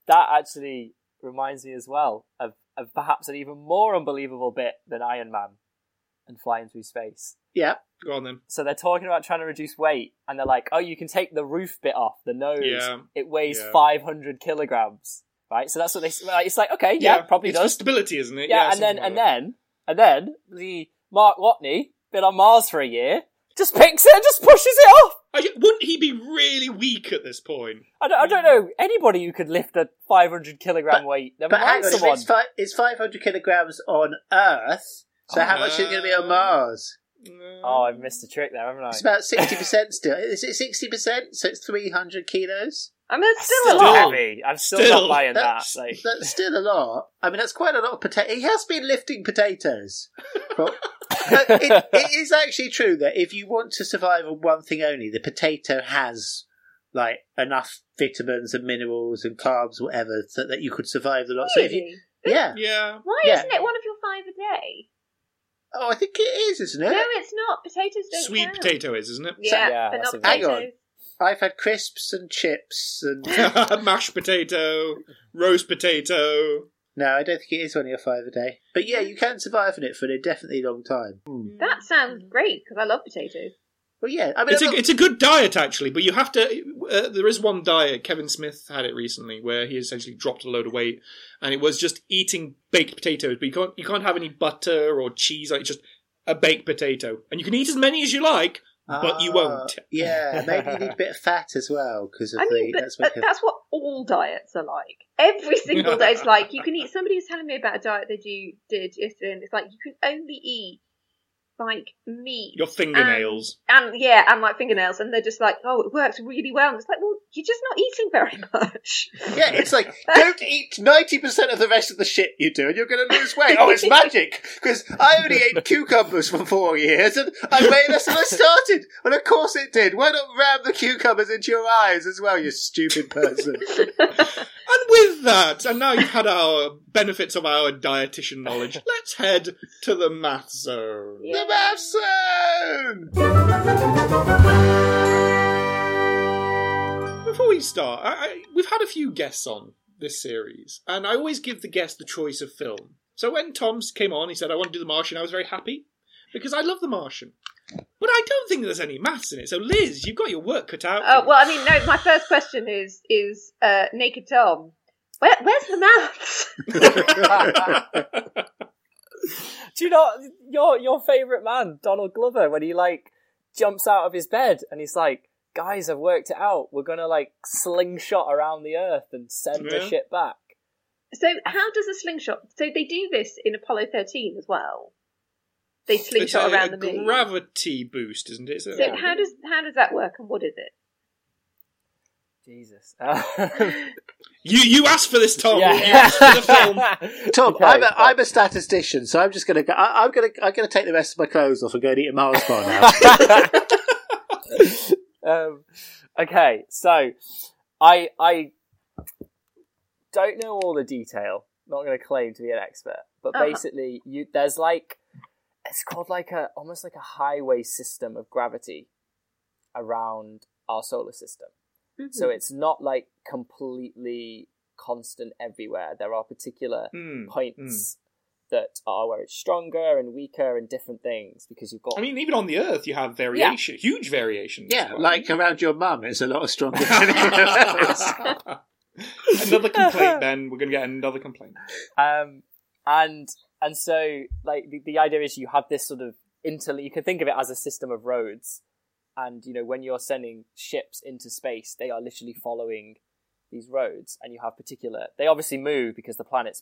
that actually reminds me as well of, of perhaps an even more unbelievable bit than Iron Man and flying through space.
yeah.
go on then.
So they're talking about trying to reduce weight, and they're like, "Oh, you can take the roof bit off the nose.
Yeah.
It weighs
Yeah.
500 kilograms, right?" So that's what they. s- like, It's like, okay, yeah, it probably
it's
does.
for stability, isn't it?
yeah, and then
something
and
like
then and then the Mark Watney been on Mars for a year, just picks it and just pushes it off.
that. I- wouldn't he be really weak at this point?
I don't, I don't know anybody who could lift a 500 kilogram weight. Never
But hang
mind
on, if
someone.
it's, fi- it's 500 kilograms on Earth, so how much is it going to be on Mars?
Oh, I missed a trick there, haven't I?
It's about 60% still. Is it 60%? So it's 300 kilos?
I mean, it's
Still,
still a lot.
heavy. I'm still,
Still.
not buying that.
That's,
Like,
that's still a lot. I mean, that's quite a lot of potato. He has been lifting potatoes. But but it, it is actually true that if you want to survive on one thing only, the potato has like enough vitamins and minerals and carbs, whatever, so that you could survive the lot. So if you,
Really?
yeah.
Yeah.
Why
Yeah.
isn't it one of your five a day?
Oh, I think it is, isn't it?
No, it's not. Potatoes don't
Sweet
count.
potato is, isn't it?
Yeah,
Yeah,
but not
that's a very-
Hang on.
potatoes.
I've had crisps and chips and
Mashed potato, roast potato.
no, I don't think it is one of your five a day. But yeah, you can survive on it for an indefinitely long time.
Mm.
That sounds great because I love potatoes.
Well, yeah, I mean,
It's
I'm
a,
not-
it's a good diet, actually, but you have to. Uh, there is one diet, Kevin Smith had it recently, where he essentially dropped a load of weight, and it was just eating baked potatoes, but you can't, you can't have any butter or cheese, like just a baked potato. And you can eat as many as you like, but you
Ah,
won't.
Yeah, maybe you need a bit of fat as well because of
I mean,
the.
but uh,
That's what Kevin-
that's what all diets are like. Every single day is like you can eat. Somebody was telling me about a diet they do did yesterday, and it's like you can only eat like meat
Your fingernails.
and yeah, and like fingernails, and they're just like, oh, it works really well. And it's like, well, you're just not eating very much.
Yeah, it's like don't eat ninety percent of the rest of the shit you do, and you're going to lose weight. Oh, it's magic because I only ate cucumbers for four years, and I weighed less than I started. Well, of course it did. Why not ram the cucumbers into your eyes as well, you stupid person?
And with that, and now you've had our benefits of our dietitian knowledge, let's head to the math zone.
the math zone.
Before we start, I, I, we've had a few guests on this series, and I always give the guest the choice of film. So when Tom's came on, he said, I want to do The Martian, I was very happy, because I love The Martian. But I don't think there's any maths in it. So, Liz, you've got your work cut out. for
Uh,
you.
well, I mean, no. My first question is is uh, naked Tom. Where, where's the mouse?
Do you not your your favorite man, Donald Glover, when he like jumps out of his bed and he's like, "Guys, I've worked it out. We're gonna like slingshot around the earth and send
Yeah.
the shit back."
so, how does a slingshot? So they do this in Apollo thirteen as well. They
It's a,
slingshot around
a
the moon.
gravity boost, isn't it? Is it?
so how does how does that work, and what is it?
Jesus. Um,
You you asked for this, Tom.
yeah.
You asked for the film.
Tom,
Okay,
I'm, a,
but-
I'm a statistician, so I'm just going to. I'm going to. I'm going to take the rest of my clothes off and go and eat a Mars bar now.
um, okay, so I I don't know all the detail. Not going to claim to be an expert, but
Uh-huh.
basically, you there's like it's called like a almost like a highway system of gravity around our solar system.
Hmm.
So it's not like completely constant everywhere. There are particular
Hmm.
points that are where it's stronger and weaker and different things because you've got
I mean, even on the Earth, you have variation, huge variation.
yeah, like around your mum, it's a lot stronger than anyone else.
another complaint, Ben. We're going to get another complaint.
um, and and so like the, the idea is you have this sort of inter you can think of it as a system of roads and you know when you're sending ships into space they are literally following these roads and you have particular they obviously move because the planets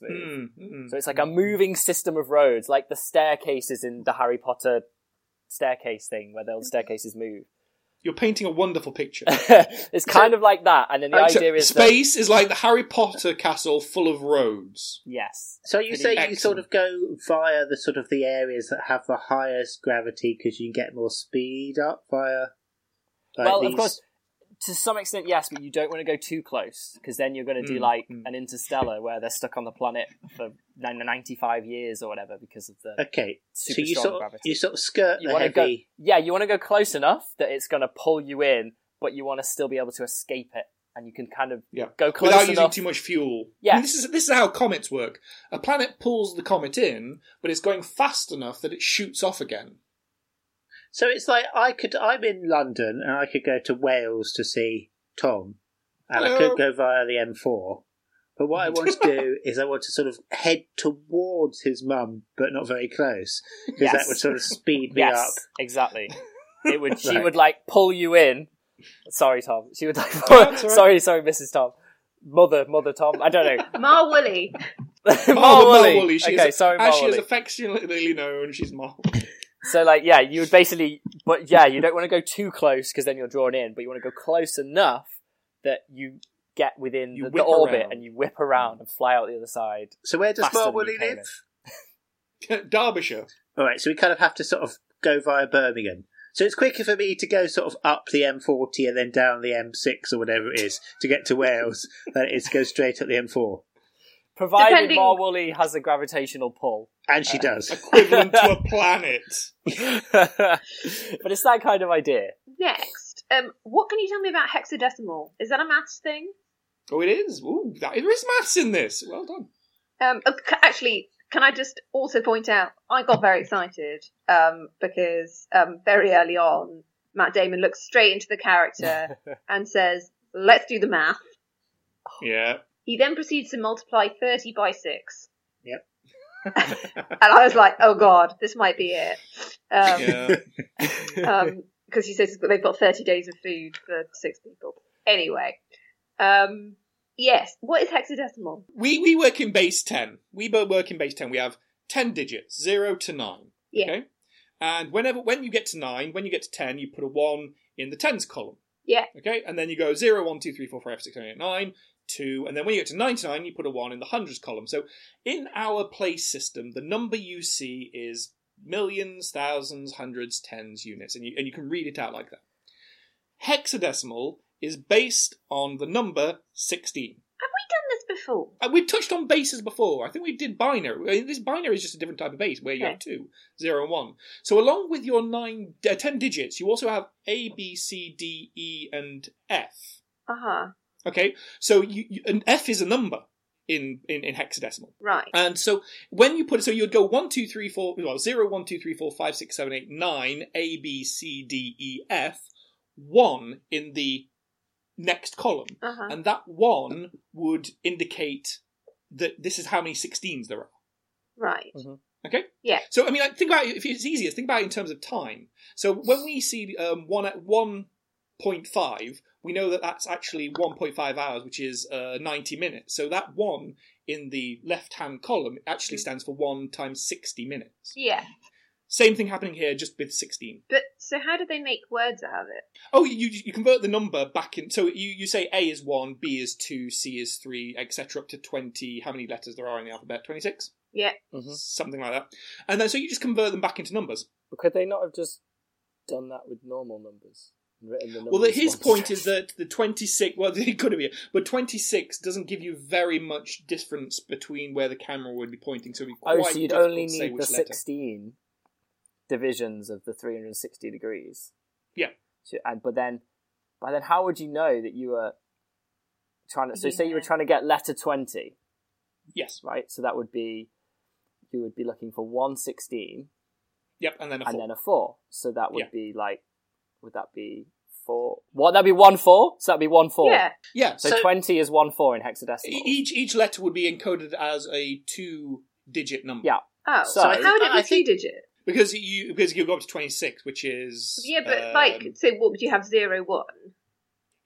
Mm,
move
mm.
so it's like a moving system of roads, like the staircases in the Harry Potter staircase thing, where the
Hmm.
staircases move.
You're painting a wonderful picture.
it's kind of like that, and then the
Like, so
idea is that-
space is like the Harry Potter castle full of roads.
yes,
So you
Pretty
say you sort of go via the sort of the areas that have the highest gravity because you can get more speed up via. like,
well,
these-
of course, to some extent, yes, but you don't want to go too close because then you're going to do
Mm,
like
mm.
an interstellar where they're stuck on the planet for nin- 95 years or whatever because of the
Okay, so
super
you
strong
sort of,
gravity.
you sort of skirt
You
the
want to go,
heavy.
yeah, you want to go close enough that it's going to pull you in, but you want to still be able to escape it, and you can kind of
Yeah.
go close
Without using
enough.
too much fuel.
Yeah.
I mean, this is this is how comets work. A planet pulls the comet in, but it's going fast enough that it shoots off again.
So it's like I could. I'm in London and I could go to Wales to see Tom, and I
Hello.
could go via the M4. But what I want to do is I want to sort of head towards his mum, but not very close, because that
Yes.
would sort of speed me
yes,
up.
exactly. It would. She
Right.
would like pull you in. Sorry, Tom. She would like.
that's all right.
sorry, sorry, Mrs. Tom. Mother, mother, Tom. I don't know.
Mar Woolley.
Mar
Oh, the Mar
Woolley.
Woolley, She
okay,
is,
sorry, Mar
As she is
Woolley.
affectionately known, she's Mar.
So like, yeah, you would basically, but yeah, you don't want to go too close because then you're drawn in. But you want to go close enough that you get within
You
the, the
whip
orbit
around.
and you whip around and fly out the other side.
So where does
Faster
Mar
than
Willie
you came
live?
in.
Derbyshire.
All right, so we kind of have to sort of go via Birmingham. So it's quicker for me to go sort of up the M40 and then down the M6 or whatever it is to get to Wales than it is to go straight up the M4.
Provided
Depending-
Mar Woolley has a gravitational pull.
And
Uh,
she does.
Equivalent to a planet.
but it's that kind of idea.
Next, uh, Um, what can you tell me about hexadecimal? Is that a maths thing?
Oh, it is. Ooh, that, there is maths in this. Well done.
Um, oh, c- actually, can I just also point out I got very excited um, because um, very early on Matt Damon looks straight into the character and says, "Let's do the math."
Yeah.
He then proceeds to multiply thirty by six.
Yep.
and I was like, "Oh God, this might be it,"
Um,
because
Yeah.
yeah.
he says they've got thirty days of food for six people. Anyway, um, yes. What is hexadecimal?
we we work in base ten. We both work in base ten. We have ten digits, zero to nine.
Yeah.
Okay. And whenever when you get to nine, when you get to ten, you put a one in the tens column.
Yeah.
Okay, and then you go 0, 1, 2, 3, 4, 5, 6, 7, 8, 9, 2, and then when you get to 99, you put a 1 in the hundreds column. So in our place system, the number you see is millions, thousands, hundreds, tens, units, and you, and you can read it out like that. Hexadecimal is based on the number 16.
Have we done this before?
And Uh, we've touched on bases before. I think we did binary. This binary is just a different type of base where you
Okay.
have two, zero, and one. So along with your nine, uh, ten digits, you also have A, B, C, D, E, and F.
Uh huh.
Okay, so you, you an F is a number in, in in hexadecimal,
Right.
and so when you put it, so you'd go one, two, three, four, well, zero, one, two, three, four, five, six, seven, eight, nine, A, B, C, D, E, F, one in the next column,
Uh huh.
and that one would indicate that this is how many sixteens there are.
Right.
Okay.
Yeah.
So I mean, like, think about it, if it's easier. Think about it in terms of time. So when we see um, one at one point five, we know that that's actually one point five hours, which is uh, ninety minutes. So that one in the left-hand column actually stands for one times sixty minutes.
Yeah.
Same thing happening here, just with sixteen.
But so how do they make words out of it?
Oh, you you convert the number back in. So you you say A is one, B is two, C is three, etc. Up to twenty. How many letters there are in the alphabet? Twenty-six,
Yeah.
Mm-hmm.
Mhm.
something like that. And then so you just convert them back into numbers.
But could they not have just done that with normal numbers? and Written the numbers
Well, his
once?
point is that the 26, well, it could have been, but 26 doesn't give you very much difference between where the camera would be pointing, so it'd be quite
oh, so you'd
difficult
only
to say
need the
which letter.
sixteen divisions of the three hundred and sixty degrees.
Yeah.
So, and but then, by then, how would you know that you were trying to? So, say you were
Yeah.
trying to get letter twenty,
Yes.
right? So that would be you would be looking for one sixteen
Yep, and then a
and
4.
then a four. So that would
Yeah.
be like, would that be four? What? That'd be one four. So that'd be one
Oh.
four.
Yeah.
yeah,
So,
so,
twenty is one four in hexadecimal.
e- each each letter would be encoded as a two digit number.
Yeah.
Oh, so
So-
how would it
I
be two
think-
digit?
Because you because you go up to 26, which is.
Yeah, but
um,
like, so what would you have zero one?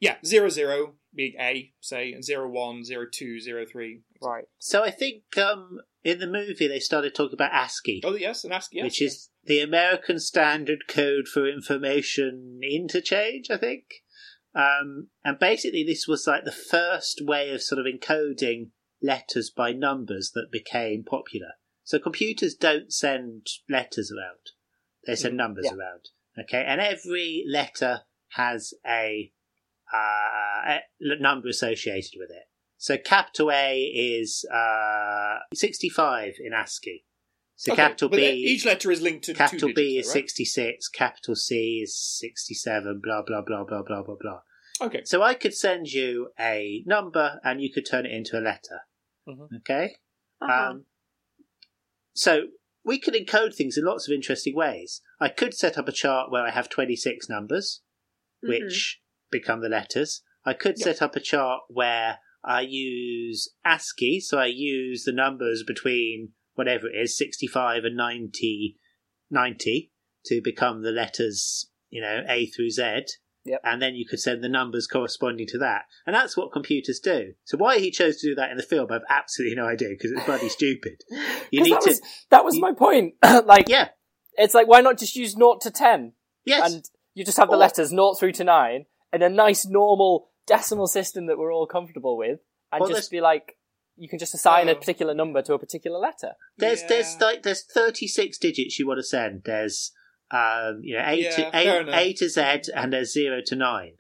Yeah, 0, 0 being A, say, and 0, 1, 0, 2, 0, 3.
Right.
So I think um, in the movie they started talking about ASCII,
Oh, yes, and ask yes.
which is the American Standard Code for Information Interchange, I think. Um, and basically, this was like the first way of sort of encoding letters by numbers that became popular. So computers don't send letters around; they
Mm,
send numbers
yeah.
around. Okay, and every letter has a, uh, a number associated with it. So capital A is uh, sixty-five in ASCII. So
Okay,
capital
but
B
each letter is linked to
capital
two digits,
B is
though, right?
66, capital C is 67, blah, blah, blah, blah, blah, blah, blah.
Okay.
So I could send you a number and you could turn it into a letter.
Mm-hmm.
Mhm.
Okay?
Uh-huh.
Um, so we can encode things in lots of interesting ways. I could set up a chart where I have 26 numbers,
mm-hmm.
which become the letters. I could
Yeah.
set up a chart where I use ASCII, so I use the numbers between whatever it is, 65 and 90, 90 to become the letters, you know, A through Z.
Yep.
And then you could send the numbers corresponding to that. And that's what computers do. So why he chose to do that in the film, I have absolutely no idea because it's bloody stupid. You
'Cause
need
that
to.
was, that
e
was my point. like,
Yeah.
it's like why not just use naught to ten
Yes.
and you just have the
Or-
letters naught through to nine in a nice normal decimal system that we're all comfortable with, and
Well,
just
there's-
be like, you can just assign a
Oh.
particular number to a particular letter.
There's
Yeah.
there's like there's 36 digits you want to send. There's um you know A
Yeah,
to
fair
A,
enough.
A to Z and there's zero to nine.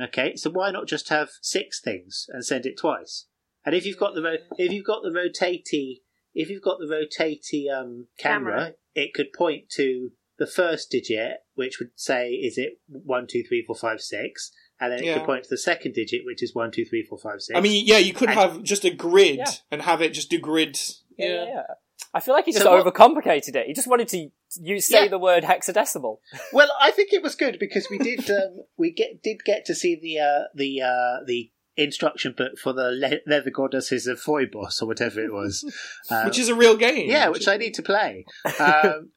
Okay, so why not just have six things and send it twice? And if you've got the ro- if you've got the rotatey if you've got the rotatey um, camera,
Camera.
it could point to the first digit, which would say, is it one, two, three, four, five, six, And then it
Yeah.
could point to the second digit, which is one, two, three, four, five, six.
I mean, yeah, you could
And-
have just a grid
Yeah.
and have it just do grids.
Yeah. yeah, yeah. I feel like he just
So what-
overcomplicated it. He just wanted to you say
Yeah.
the word hexadecimal.
Well, I think it was good because we did um, we get did get to see the uh, the uh, the instruction book for the Le- leather goddesses of Foibos or whatever it was, uh,
which is a real game.
yeah, which I need to play. Um,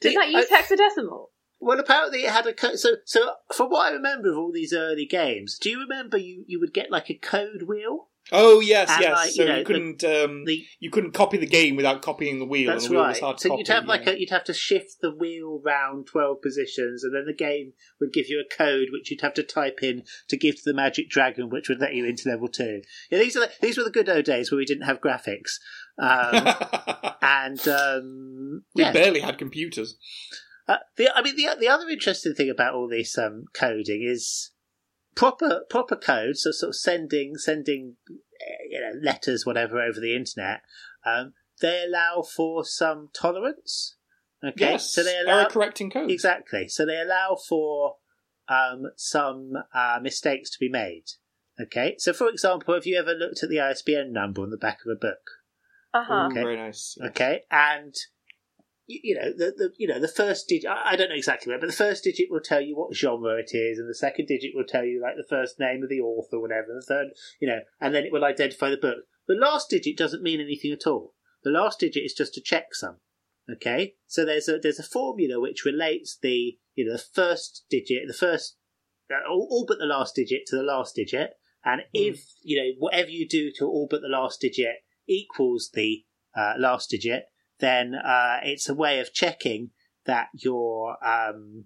Does
the-
that use
I-
hexadecimal?
well, apparently it had a code. So, so from what I remember of all these early games, do you remember you, you would get like a code wheel?
Oh yes,
And,
yes.
like,
so
you
you,
know, the-
couldn't um,
The
you couldn't copy the game without copying the wheel.
That's
and the wheel
right.
Was hard to
So
copy,
you'd have like
yeah.
a, you'd have to shift the wheel round twelve positions, and then the game would give you a code which you'd have to type in to give to the magic dragon, which would let you into level two. Yeah, these are the, these were the good old days where we didn't have graphics, um, and um,
we
yeah,
barely had computers.
uh, the, I mean, the the other interesting thing about all this um, coding is proper proper code, so sort of sending sending eh, you know letters whatever over the internet. Um, they allow for some tolerance. Okay,
yes,
so they
error
allow
correcting code.
exactly. So they allow for um, some uh, mistakes to be made. Okay, so for example, have you ever looked at the ISBN number on the back of a book?
Uh huh.
Ooh,
Okay.
Very nice.
Okay, and you, you know the, the you know the first digit. I I don't know exactly where, but the first digit will tell you what genre it is, and the second digit will tell you like the first name of the author, whatever. The third, you know, and then it will identify the book. The last digit doesn't mean anything at all. The last digit is just a checksum. Okay, so there's a there's a formula which relates the you know the first digit, the first uh, all, all but the last digit to the last digit, and if you know whatever you do to all but the last digit equals the uh, last digit, then uh, it's a way of checking that you're um,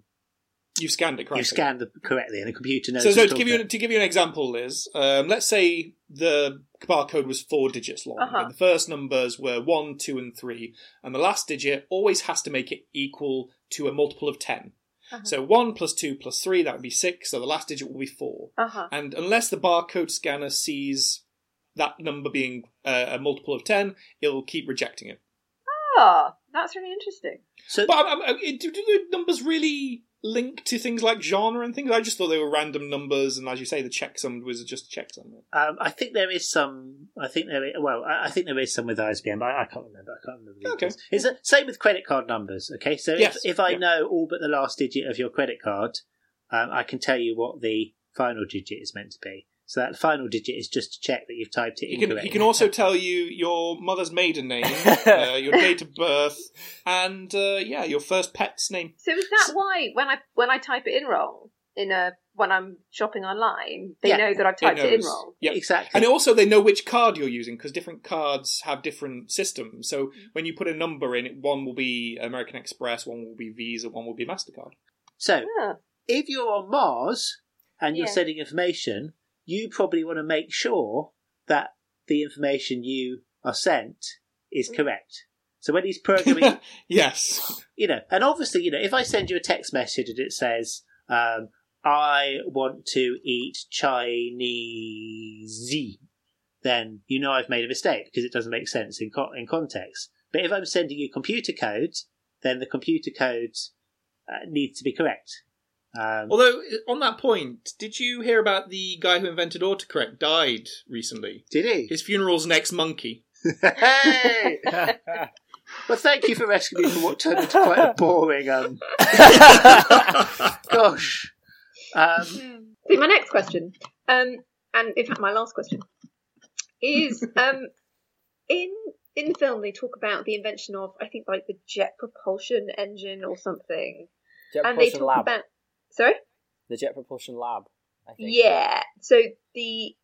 You've scanned it correctly.
you've scanned the, correctly, and the computer knows.
So, so
you're
to give you
talking
an, to give you an example, Liz, um, let's say the barcode was four digits long.
Uh-huh.
And the first numbers were one, two, and three, and the last digit always has to make it equal to a multiple of 10
Uh-huh.
So one plus two plus three, that would be six. So the last digit will be four.
Uh huh.
And unless the barcode scanner sees that number being uh, a multiple of ten, it'll keep rejecting it.
Ah, that's really interesting.
So
But I'm, I'm, i do, do the numbers really link to things like genre and things? I just thought they were random numbers, and as you say, the checksum was just a checksum.
um, I think there is some. I think there. Is, well, I, I think there is some with ISBN, but I, I can't remember. I can't remember. the
Okay.
details. It's the same with credit card numbers. Okay, so
Yes,
if, if I
yeah.
know all but the last digit of your credit card, um, I can tell you what the final digit is meant to be. So that final digit is just to check that you've typed it
He can,
incorrectly.
he can also tell you your mother's maiden name, uh, your date of birth, and uh, yeah, your first pet's name.
So is that why when I when I type it in wrong in a when I'm shopping online, they
Yeah,
know that I've
It
typed it, in
knows.
wrong.
Yeah.
exactly.
And also, they know which card you're using because different cards have different systems.
Mm.
So when you put a number in, it one will be American Express, one will be Visa, one will be Mastercard.
so
Ah,
if you're on Mars and you're
Yeah.
sending information, you probably want to make sure that the information you are sent is correct. So when he's programming,
yes.
you know, and obviously, you know, if I send you a text message and it says, um, I want to eat Chinese, then you know I've made a mistake because it doesn't make sense in, co- in context. But if I'm sending you computer codes, then the computer codes uh, needs to be correct. Um,
Although on that point, did you hear about the guy who invented autocorrect died recently?
did he?
His funeral's next monkey.
hey! well, thank you for rescuing me from what turned into quite a boring. Um, gosh. Um,
See, my next question, um, and in fact, my last question is um, in in film they talk about the invention of I think like the jet propulsion engine or something,
Jet
and they
propulsion
talk
lab.
about sorry,
the Jet Propulsion Lab. I think.
yeah. So the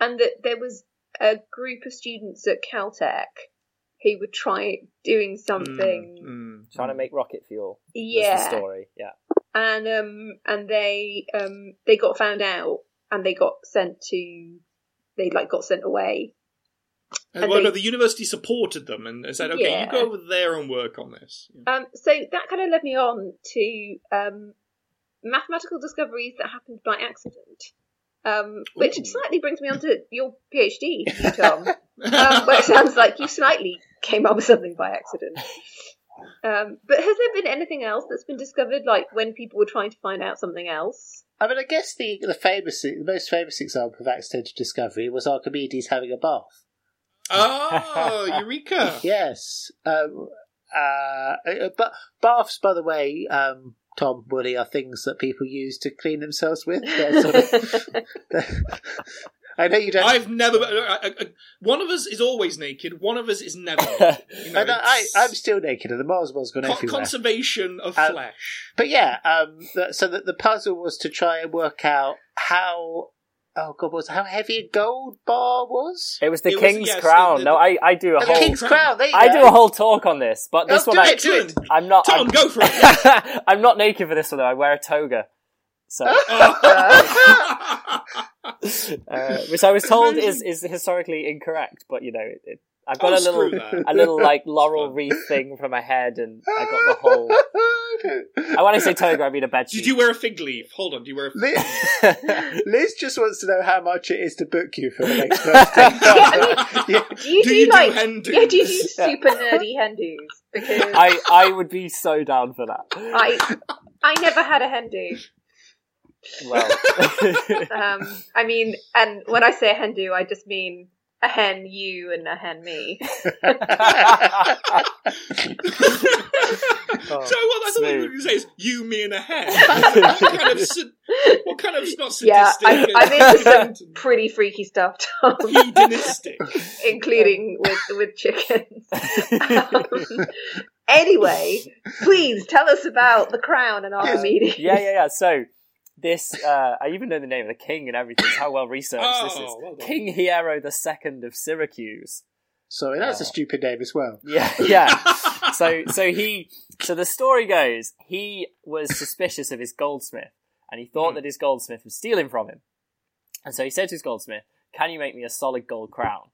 and that there was a group of students at Caltech who were trying doing something,
Mm, mm,
Trying to make rocket fuel.
yeah.
That's the story. Yeah.
and um and they um they got found out and they got sent to they like got sent away
And
And
Uh, well,
they-
no, the university supported them and said, "Okay, you
Yeah.
go over there and work on this." Yeah.
um so that kind of led me on to um mathematical discoveries that happened by accident um which
Ooh.
slightly brings me on to your phd tom um, but it sounds like you slightly came up with something by accident Um, but has there been anything else that's been discovered, like when people were trying to find out something else?
I mean, I guess the the famous, the most famous example of accidental discovery was Archimedes having a bath.
Oh, Eureka!
Yes. Um, uh, uh, but baths, by the way, um, Tom Woody are things that people use to clean themselves with. They're sort of, I know you don't.
I've never. uh, I, I, I- one of us is always naked. One of us is never. naked. You know,
and I,
it's
I, am still naked, and the Mars one's gone
con-
everywhere.
conservation of
Uh,
flesh.
But yeah, um, th- so the, the puzzle was to try and work out how. Oh god, what was how heavy a gold bar was?
It was the
It was-
king's
yes, the-
crown.
the-
no, I, I do a
Oh, the
whole
King's Crown. There you
I
go.
do a whole talk on this, but this
Oh,
one
do
I,
it, do it.
I'm not.
Tom,
I'm,
go for it.
I'm not naked for this one though. I wear a toga, so
Oh.
uh, which I was told is
Amazing.
is historically incorrect. But you know, it, it, I've got
Oh,
a little
screw that.
a little like laurel
fun.
wreath thing for my head, and I got the whole. I want to say toga. I mean a bed sheet.
Did you wear a fig leaf? Hold on. Do you wear a fig
Liz, Liz just wants to know how much it is to book you for the next birthday. yeah,
Do you
Do
do,
you do
like?
hen
yeah, do you do
do's?
super nerdy Hindus? Because I,
I I would be so down for that.
I, never had a Hindu.
Well,
Um, I mean, and when I say Hindu, I just mean a hen you and a hen me.
Oh,
so well, that's all you
smooth.
were going to say is you, me, and a hen. what kind of, sa- what kind of not
Yeah,
sadistic?
I,
and
I'm into some pretty freaky stuff, Tom,
hedonistic.
including with with chickens. Um, anyway, please tell us about the crown and Archimedes.
yeah, yeah, yeah. So this, uh, I even know the name of the king and everything. It's How well researched this is.
Oh, well done.
King Hiero the Second of Syracuse.
Sorry,
Oh.
that's a stupid name as well.
Yeah, yeah. so, so he, so the story goes, he was suspicious of his goldsmith, and he thought that his goldsmith was stealing from him. And so he said to his goldsmith, "Can you make me a solid gold crown?"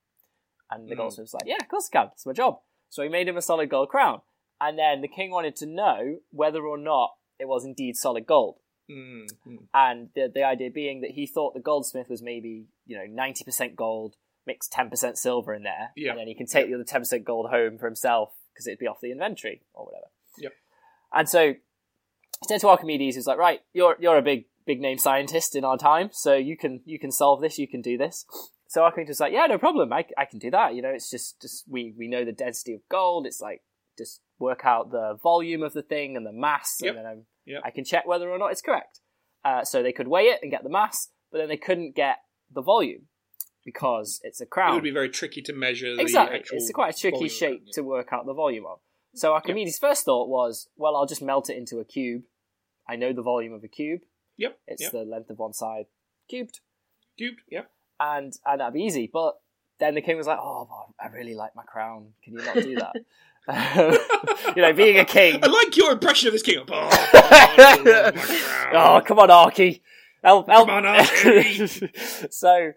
And the
Mm.
goldsmith was like, "Yeah, of course I can. It's my job." So he made him a solid gold crown. And then the king wanted to know whether or not it was indeed solid gold.
Mm, mm.
and the, the idea being that he thought the goldsmith was maybe you know 90% gold mix 10% silver in there
Yeah.
and then he can take the other 10% gold home for himself because it'd be off the inventory or whatever
Yep.
and so he said to archimedes he was like right you're, you're a big big name scientist in our time so you can you can solve this you can do this so archimedes was like yeah no problem i, I can do that you know it's just just we, we know the density of gold it's like just work out the volume of the thing and the mass
Yep.
and then I'm,
Yep.
i can check whether or not it's correct uh, so they could weigh it and get the mass, but then they couldn't get the volume because it's a
It
crown.
would be very tricky to measure. The
exactly,
actual
it's quite a tricky
volume.
shape to work out the volume of. So Archimedes' first thought was, well, I'll just melt it into a cube. I know the volume of a cube.
Yep.
It's
yep.
the length of one side cubed,
Cubed. Yep.
and and that'd be easy. But then the king was like, oh, well, I really like my crown. Can you not do that? you know, being a king.
I like your impression of this king. Oh, oh, my
Oh,
crown.
come on, Archie. Help, help.
Come on, Archie.
Oh, so,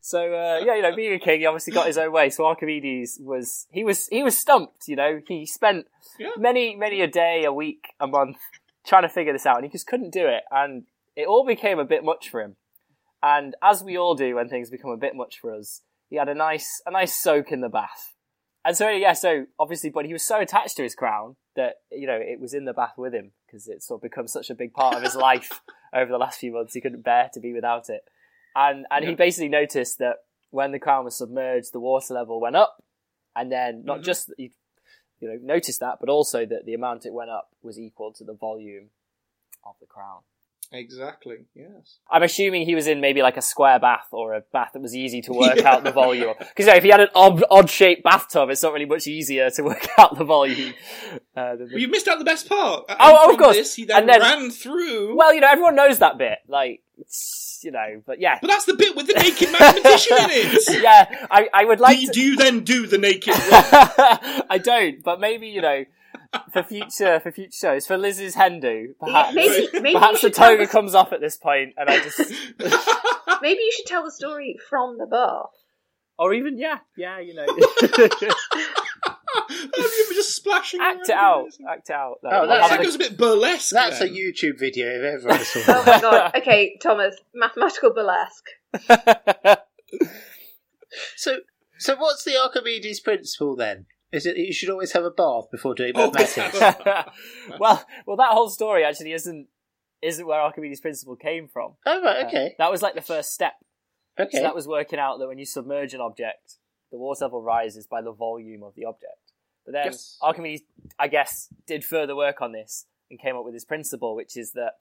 so uh, yeah, you know, being a king, he obviously got his own way. So Archimedes was he was he was stumped. You know, he spent
Yeah.
many many a day, a week, a month trying to figure this out, and he just couldn't do it. And it all became a bit much for him. And as we all do when things become a bit much for us, he had a nice a nice soak in the bath. And so yeah, so obviously, but he was so attached to his crown that you know it was in the bath with him because it's sort of become such a big part of his life over the last few months. He couldn't bear to be without it, and and he
Yeah.
basically noticed that when the crown was submerged, the water level went up, and then not
Mhm.
just that he, you know, noticed that, but also that the amount it went up was equal to the volume of the crown.
Exactly. Yes.
I'm assuming he was in maybe like a square bath or a bath that was easy to work
Yeah.
out the volume. Because you know, if he had an odd, odd shaped bathtub, it's not really much easier to work out the volume. Uh, than the-
Well, you missed out the best part. Uh, And
Oh, of
from
course.
This, he then,
And then-
ran through.
well, you know, everyone knows that bit. Like, it's, you know, but yeah.
but that's the bit with the naked mathematician in it.
yeah, I, I would like
do, you,
to.
do you then do the naked? run?
I don't, but maybe, you know, for future for future shows, for Liz's Hendu, perhaps.
Maybe, maybe you
Perhaps the
should tell
toga
the,
comes off at this point, and I just,
maybe you should tell the story from the bar.
or even yeah, yeah, you know,
Oh, you were just splashing.
act it
around.
out, act it out.
Oh, that's
That
Have
like-
the-
goes a bit burlesque.
That's
then.
a YouTube video if ever I saw.
Oh
one.
my god. Okay, Thomas, mathematical burlesque.
so, so what's the Archimedes principle then? Is it you should always have a bath before doing
Oh,
mathematics?
yeah.
well, well, that whole story actually isn't isn't where Archimedes' principle came from.
oh right,
Uh,
okay,
that was like the first step.
okay.
So that was working out that when you submerge an object, the water level rises by the volume of the object. But then
Yes.
Archimedes, I guess, did further work on this and came up with his principle, which is that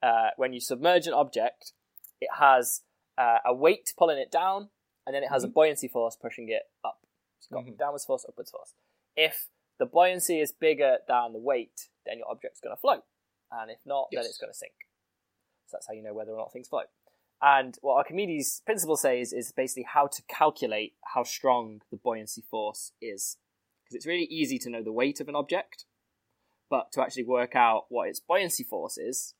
uh, when you submerge an object, it has uh, a weight pulling it down, and then it has a buoyancy force pushing it up. So you've got
Mhm.
downwards force, upwards force. If the buoyancy is bigger than the weight, then your object's going to float, and if not,
Yes.
then it's going to sink. So that's how you know whether or not things float. And what Archimedes' principle says is basically how to calculate how strong the buoyancy force is. Because it's really easy to know the weight of an object, but to actually work out what its buoyancy force is,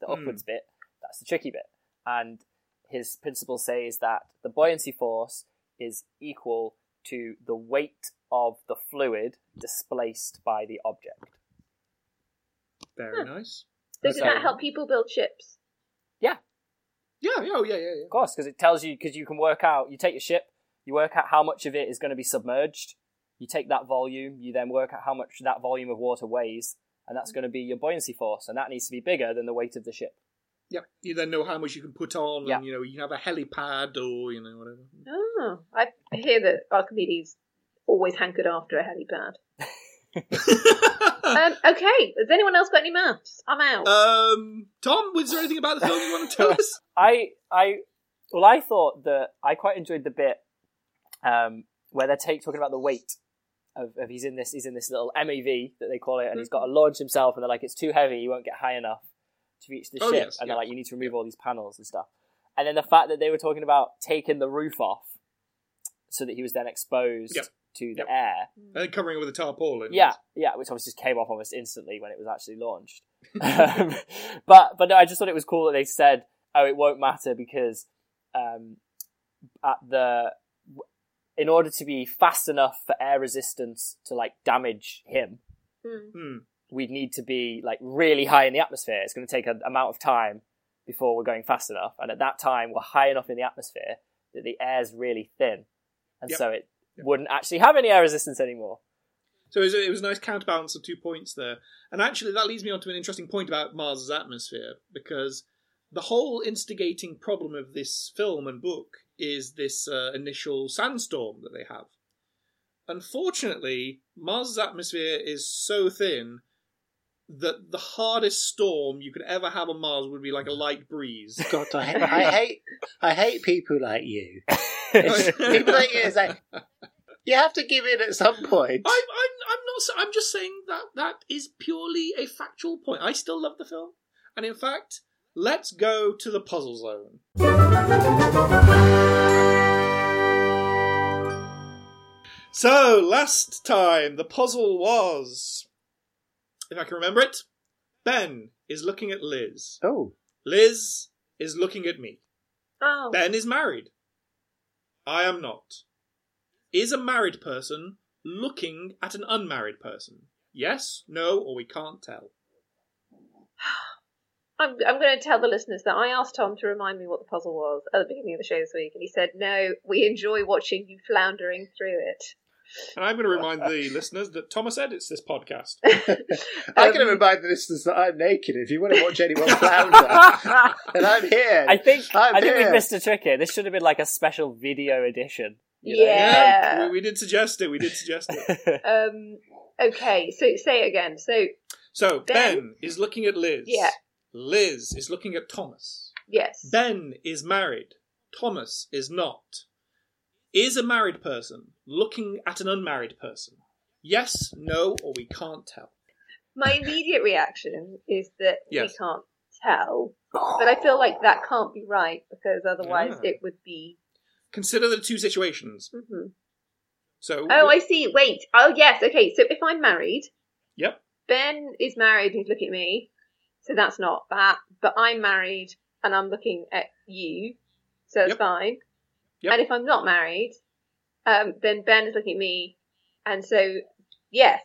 the
Hmm.
upwards bit, that's the tricky bit. And his principle says that the buoyancy force is equal to the weight of the fluid displaced by the object.
Very nice.
So did
So-
that help people build ships?
Yeah, yeah, oh, yeah, yeah, yeah.
Of course, because it tells you because you can work out. You take your ship, you work out how much of it is going to be submerged. You take that volume, you then work out how much that volume of water weighs, and that's going to be your buoyancy force, and that needs to be bigger than the weight of the ship.
Yeah, you then know how much you can put on,
Yeah.
and you know you have a helipad or you know whatever.
Oh, I hear that Archimedes always hankered after a helipad. um, okay, has anyone else got any maths? I'm out.
um, Tom, was there anything about the film you want to tell us?
I, I, well, I thought that I quite enjoyed the bit um, where they're take, talking about the weight of, of he's in this he's in this little MAV that they call it, and he's
Mm-hmm.
got to launch himself, and they're like, it's too heavy, you won't get high enough to reach the
Oh,
ship,
yes,
and they're
yeah.
like, you need to remove all these panels and stuff, and then the fact that they were talking about taking the roof off so that he was then exposed
Yep.
to the
Yep.
air,
And Uh, covering it with a tarpaulin.
yeah, yeah, which obviously just came off almost instantly when it was actually launched. um, but but no, I just thought it was cool that they said, "Oh, it won't matter because um, at the in order to be fast enough for air resistance to like damage him,
Hmm.
Hmm.
we'd need to be like really high in the atmosphere. It's going to take an amount of time before we're going fast enough, and at that time, we're high enough in the atmosphere that the air's really thin, and
Yep.
so it
Yep.
wouldn't actually have any air resistance anymore."
So it was, it was a nice counterbalance of two points there. And actually, that leads me on to an interesting point about Mars's atmosphere, because the whole instigating problem of this film and book is this uh, initial sandstorm that they have. Unfortunately, Mars's atmosphere is so thin that the hardest storm you could ever have on Mars would be like a light breeze.
God, I, hate- I hate, I hate people like you. people like you, it's like you have to give in at some point.
I'm, I'm, I'm not. s- I'm just saying that that is purely a factual point. I still love the film, and in fact, let's go to the puzzle zone. So last time the puzzle was, if I can remember it, Ben is looking at Liz.
Oh,
Liz is looking at me.
Oh,
Ben is married. I am not. Is a married person looking at an unmarried person? Yes, no, or we can't tell.
I'm, I'm going to tell the listeners that I asked Tom to remind me what the puzzle was at the beginning of the show this week, and he said, "No, we enjoy watching you floundering through it."
And I'm going to remind the listeners that Thomas edits this podcast.
I can remind the listeners that I'm naked. If you want to watch anyone flounder, and I'm here.
I think
I'm
I think we
here.
missed a trick here. This should have been like a special video edition. you know?
Yeah.
we, we did suggest it. We did suggest it.
Um, okay, so say it again. So
So ben,
Ben?
is looking at Liz.
Yeah.
Liz is looking at Thomas.
yes,
Ben is married. Thomas is not. Is a married person looking at an unmarried person? Yes, no, or we can't tell.
my immediate reaction is that
Yes.
we can't tell, but I feel like that can't be right because otherwise
Yeah.
it would be.
Consider the two situations.
Mhm.
So,
Oh, I see. Wait. Oh, yes. Okay. So if I'm married,
yep,
Ben is married and he's looking at me, so that's not that. But I'm married and I'm looking at you, so it's
Yep.
fine.
Yep.
And if I'm not married, um, then Ben is looking at me, and so yes,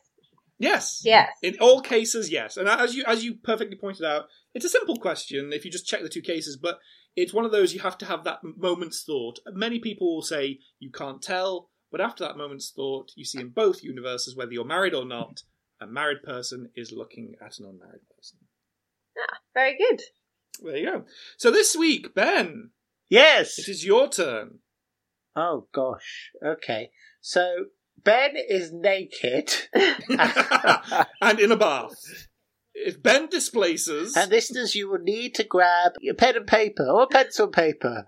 yes,
yes,
In all cases, yes. And as you as you perfectly pointed out, it's a simple question if you just check the two cases, but it's one of those you have to have that moment's thought. Many people will say you can't tell, But after that moment's thought, you see in both universes, whether you're married or not, a married person is looking at an unmarried person.
Very good.
There you go. So this week, Ben, it
Yes.
is your turn.
Oh gosh. Okay. So Ben is naked,
and in a bath. If Ben displaces,
and listeners, you will need to grab your pen and paper or pencil and paper.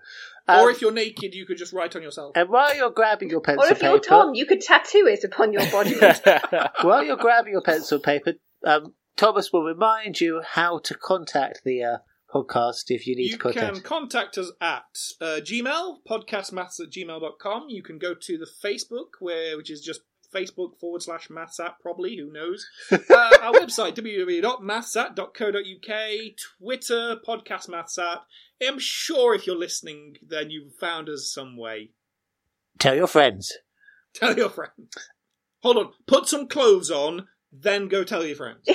Um,
or if you're naked, you could just write on yourself.
and while you're grabbing your pencil
Or if
paper,
you're Tom, you could tattoo it upon your body.
while you're grabbing your pencil and paper, um, Thomas will remind you how to contact the uh, podcast if you need
you
to contact.
can contact us at uh, gmail podcastmaths at gmail.com you can go to the facebook where which is just facebook forward slash maths app probably who knows uh, our website www.mathsat.co.uk twitter podcast maths app i'm sure if you're listening then you've found us some way
Tell your friends.
tell your friends hold on put some clothes on then go tell your friends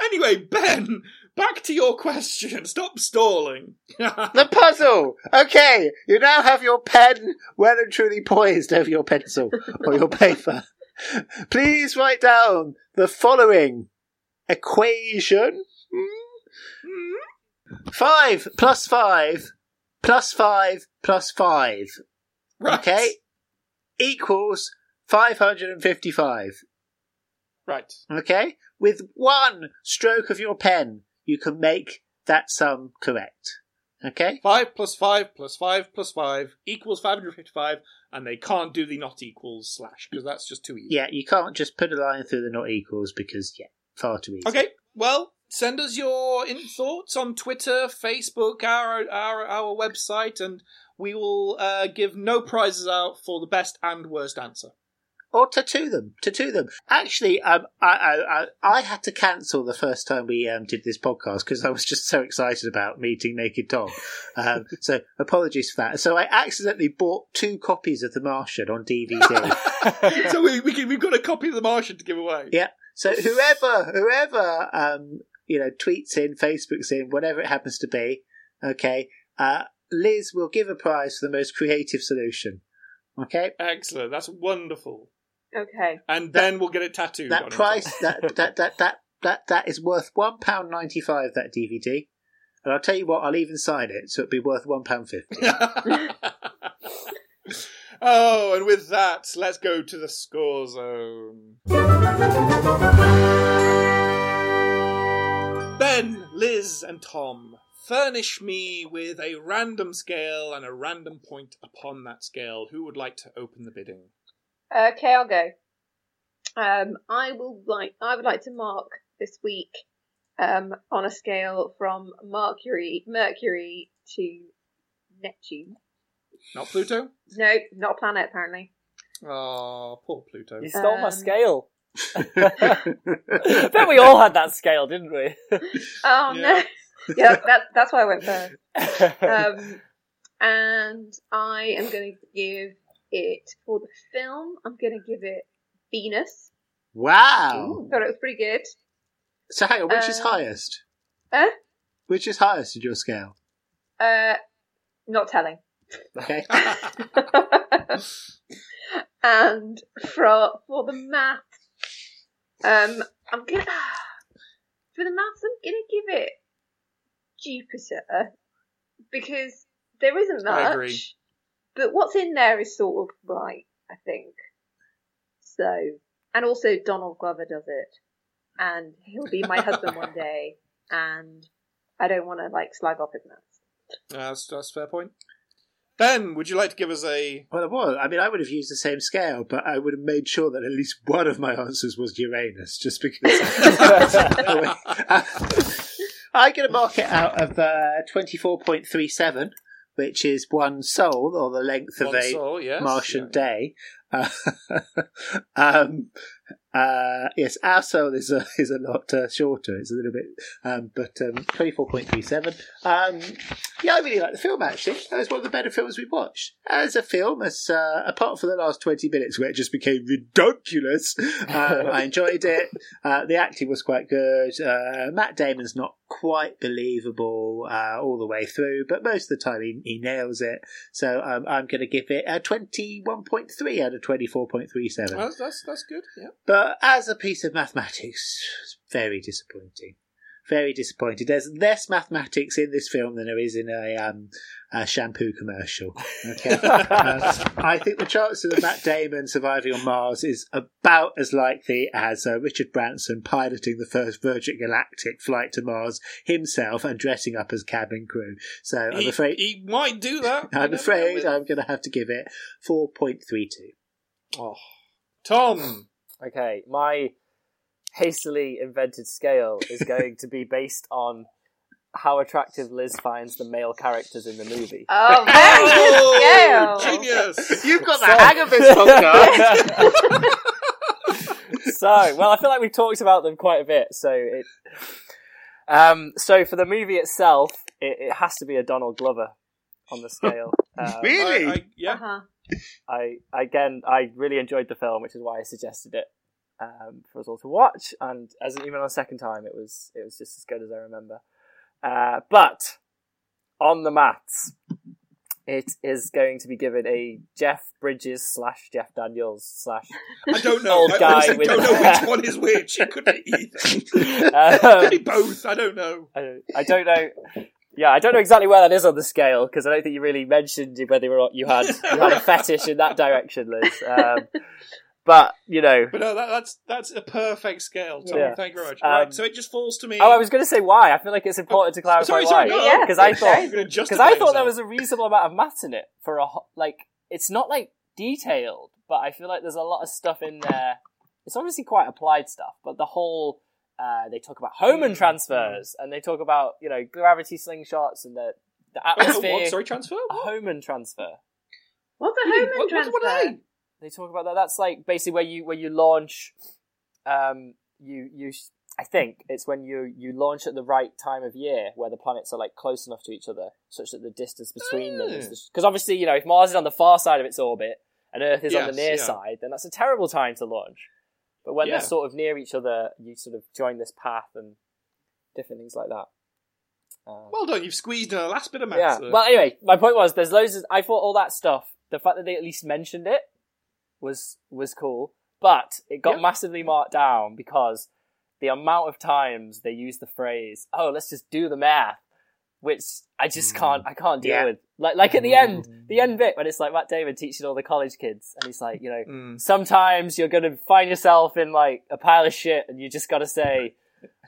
anyway ben back to your question stop stalling
The puzzle! Okay, you now have your pen well and truly poised over your pencil or your paper. Please write down the following equation five plus five plus five plus five.
Right.
Okay? Equals 555.
Right.
Okay? With one stroke of your pen, you can make that sum correct. Okay?
5 plus 5 plus 5 plus 5 equals 555, and they can't do the not equals slash because that's just too easy.
Yeah, you can't just put a line through the not equals because, yeah, far too easy.
Okay, well, send us your in thoughts on Twitter, Facebook, our our, our website, and we will uh, give no prizes out for the best and worst answer.
Or tattoo them. Tattoo them. Actually, um, I, I, I, I had to cancel the first time we um, did this podcast because I was just so excited about meeting Naked Tom. Um, so apologies for that. So I accidentally bought two copies of The Martian on DVD.
so we, we can, we've got a copy of The Martian to give away.
Yeah. So whoever, whoever, um, you know, tweets in, Facebooks in, whatever it happens to be, okay, uh, Liz will give a prize for the most creative solution. Okay.
Excellent. That's wonderful.
okay.
And then we'll get it tattooed. on
That
himself.
price, that, that, that, that, that, that is worth one pound ninety five. That DVD, and I'll tell you what, I'll even sign it, so it'd be worth one pound fifty.
oh, and with that, let's go to the score zone. Ben, Liz, and Tom, furnish me with a random scale and a random point upon that scale. Who would like to open the bidding?
Okay, I'll go. Um, I will like. I would like to mark this week um, on a scale from Mercury, Mercury to Neptune.
Not Pluto?
No, not a planet apparently.
Oh, poor Pluto.
you stole my
Um.
scale. bet we all had that scale, didn't we?
Oh
Yeah.
no. yeah, that, that's why I went first. Um, and I am going to give it for the film. I'm going to give it Venus.
wow.
Thought it was pretty good.
So hang on, which is
Uh,
highest?
eh?
Which is highest in your scale?
Uh, not telling.
Okay.
and for for the math, um, I'm gonna for the maths. I'm gonna give it Jupiter because there isn't much.
I agree.
But what's in there is sort of right, I think. So, and also Donald Glover does it, and he'll be my husband one day, and I don't want to like slag off his maths.
that's, that's a fair point. Ben, would you like to give us a.
Well, it was. I mean, I would have used the same scale, but I would have made sure that at least one of my answers was Uranus, just because. I'm going to mark it out of uh, 24.37, which is one sol, or the length of
One
a
soul, yes.
Martian
Yeah.
day. Uh, um, Uh, yes, our cell is a, is a lot uh, shorter. It's a little bit, um, but um, twenty four point three seven. Um, yeah, I really like the film. Actually, that was one of the better films we watched as a film. As uh, apart from the last twenty minutes where it just became ridiculous, um, I enjoyed it. Uh, the acting was quite good. Uh, Matt Damon's not quite believable uh, all the way through, but most of the time he, he nails it. So um, I'm going to give it a twenty one point three out of twenty four point three seven.
That's, that's, that's good. Yeah.
But as a piece of mathematics, it's very disappointing. Very disappointed. There's less mathematics in this film than there is in a, um, a shampoo commercial. Okay, Uh, I think the chances of Matt Damon surviving on Mars is about as likely as uh, Richard Branson piloting the first Virgin Galactic flight to Mars himself and dressing up as cabin crew. So I'm
he,
afraid,
he might do that. You
I'm
never
afraid
know.
I'm going to have to give it four point three two.
Oh.
Tom.
Okay, my hastily invented scale is going to be based on how attractive Liz finds the male characters in the movie.
Oh, very good
Oh,
scale.
genius.
You've got
the So- hang
of this
so, well, I feel like we talked about them quite a bit. So, it, um, so for the movie itself, it, it has to be a Donald Glover on the scale. Um,
Really?
I- I- yeah.
Uh-huh.
I again, I really enjoyed the film, which is why I suggested it um, for us all to watch. And as an even on a second time, it was it was just as good as I remember. Uh, but on the mats, it is going to be given a Jeff Bridges slash Jeff Daniels slash
I don't know.
Old
I
guy
honestly
with-
don't know which one is which. It could be either. could be
um,
both. I don't know.
I don't- I don't know. Yeah, I don't know exactly where that is on the scale because I don't think you really mentioned whether or not you had you had a fetish in that direction, Liz. Um, but you know,
But no, that, that's that's a perfect scale, Tom.
Yeah.
Thank you very much.
Um,
right, so it just falls to me.
oh, I was going to say why. I feel like it's important to clarify
sorry,
why.
sorry, no,
Yeah,
because I thought-
You're gonna
Because
justify
I thought there
yourself.
was a reasonable amount of maths in it for a ho- like. It's not like detailed, but I feel like there's a lot of stuff in there. It's obviously quite applied stuff, but the whole uh, they talk about Hohmann
Mm,
transfers and they talk about you know gravity slingshots and the the
Wait, no,
atmosphere.
Oh, what? Sorry, transfer.
a Hohmann transfer.
What's a
What-
home
what-
transfer?
what are they?
They talk about that. That's like basically where you where you launch. Um, you you. s- I think it's when you you launch at the right time of year where the planets are like close enough to each other, such that the distance between them
Oh.
is because obviously you know if Mars is on the far side of its orbit and Earth is on the
Yes,
near
yeah.
side, then that's a terrible time to launch. But when
Yeah.
they're sort of near each other, you sort of join this path and different things like that. Um,
Well done. You've squeezed in the last bit of maths.
yeah.
there.
Well, anyway, my point was there's loads of. I thought all that stuff. The fact that they at least mentioned it was was cool, but it got
Yeah.
massively marked down because the amount of times they use the phrase "Oh, let's just do the math," which I just can't. I can't deal
Yeah.
with. Like like at the end, the end bit when it's like Matt Damon teaching all the college kids, and he's like, you know,
Mm.
sometimes you're gonna find yourself in like a pile of shit, and you just gotta say,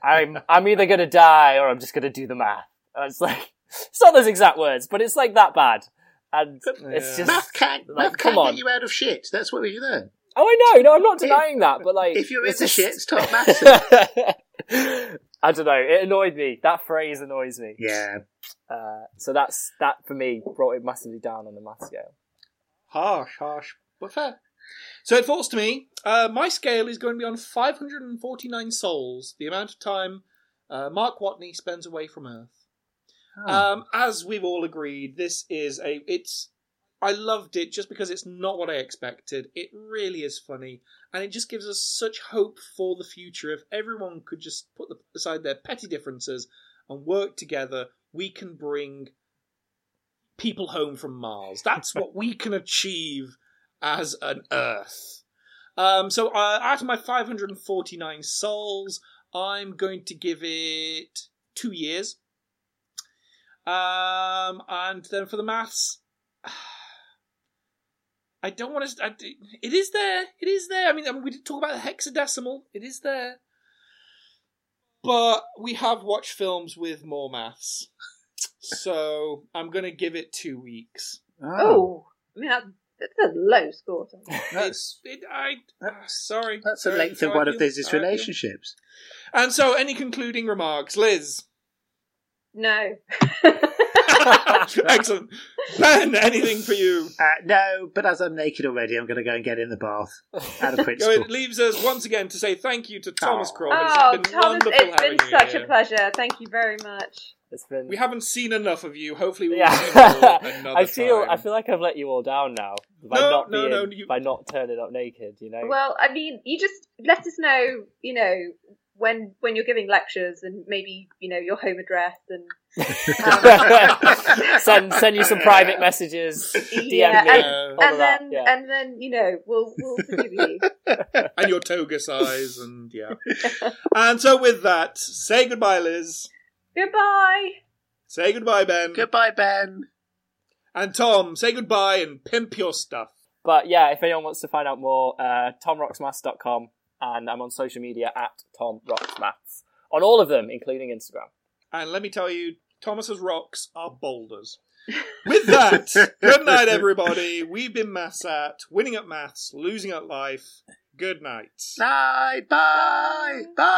"I'm I'm either gonna die or I'm just gonna do the math." And it's like it's not those exact words, but it's like that bad, and it's
Yeah.
just
Math can't,
Like,
math can't
come on.
get you out of shit. That's what we learn.
oh, I know, no, I'm not denying that, but like
If you're in
it's
the
just-
shit, stop maths.
I don't know. It annoyed me. That phrase annoys me.
yeah.
Uh, so that's that for me brought it massively down on the math scale.
Harsh, harsh, but fair. So it falls to me. Uh, my scale is going to be on 549 souls, the amount of time uh, Mark Watney spends away from Earth. Um, as we've all agreed, this is a. It's. I loved it just because it's not what I expected. It really is funny, and it just gives us such hope for the future. If everyone could just put the- aside their petty differences and work together, we can bring people home from Mars. That's what we can achieve as an Earth. Um, so, uh, out of my 549 souls, I'm going to give it two years. Um, and then for the maths, I don't want to. I, it is there. It is there. I mean, I mean, we did talk about the hexadecimal. It is there. But we have watched films with more maths. So I'm going to give it two weeks.
Oh, I mean, that, that's a low score. Tom.
It's, it, I, ah, sorry.
That's the
Sorry, Uh,
length of
how I
one of
feel,
these
how I feel.
relationships.
And so, any concluding remarks, Liz?
No.
Excellent. Ben, anything for you?
Uh, no, but as I'm naked already, I'm going to go and get in the bath out of
So
principle.
it leaves us once again to say thank you to Thomas
Aw.
Crawford.
Oh,
it's been
Thomas,
wonderful
it's
having
been
you
such
here.
a pleasure. Thank you very much.
It's been
We haven't seen enough of you. Hopefully, we'll see
yeah.
more another
I feel
time.
I feel like I've let you all down now by
No,
not
no,
being,
no, you-
by not turning up naked. You know.
Well, I mean, you just let us know, you know, when when you're giving lectures and maybe you know your home address and
send send you some private messages. DM
Yeah,
me.
and-
Yeah.
all of
and
that,
then uh,
yeah.
and then you know we'll we'll forgive you.
and your toga size, and yeah. and so, with that, say goodbye, Liz.
Goodbye.
Say goodbye, Ben.
Goodbye, Ben.
And Tom, say goodbye and pimp your stuff.
But yeah, if anyone wants to find out more, uh, tomrocksmaths.com, and I'm on social media at tomrocksmaths on all of them, including Instagram.
And let me tell you, Thomas's rocks are boulders. With that, good night, everybody. We've been Maths at, winning at maths, losing at life. Good night.
Bye. Bye. Bye.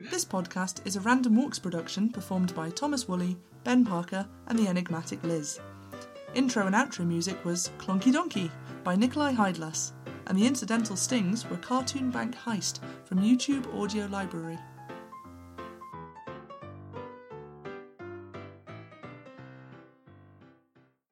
This podcast is a Random Walks production performed by Thomas Woolley, Ben Parker, and the enigmatic Liz. Intro and outro music was Clonky Donkey by Nikolai Heidlas, and the incidental stings were Cartoon Bank Heist from YouTube Audio Library.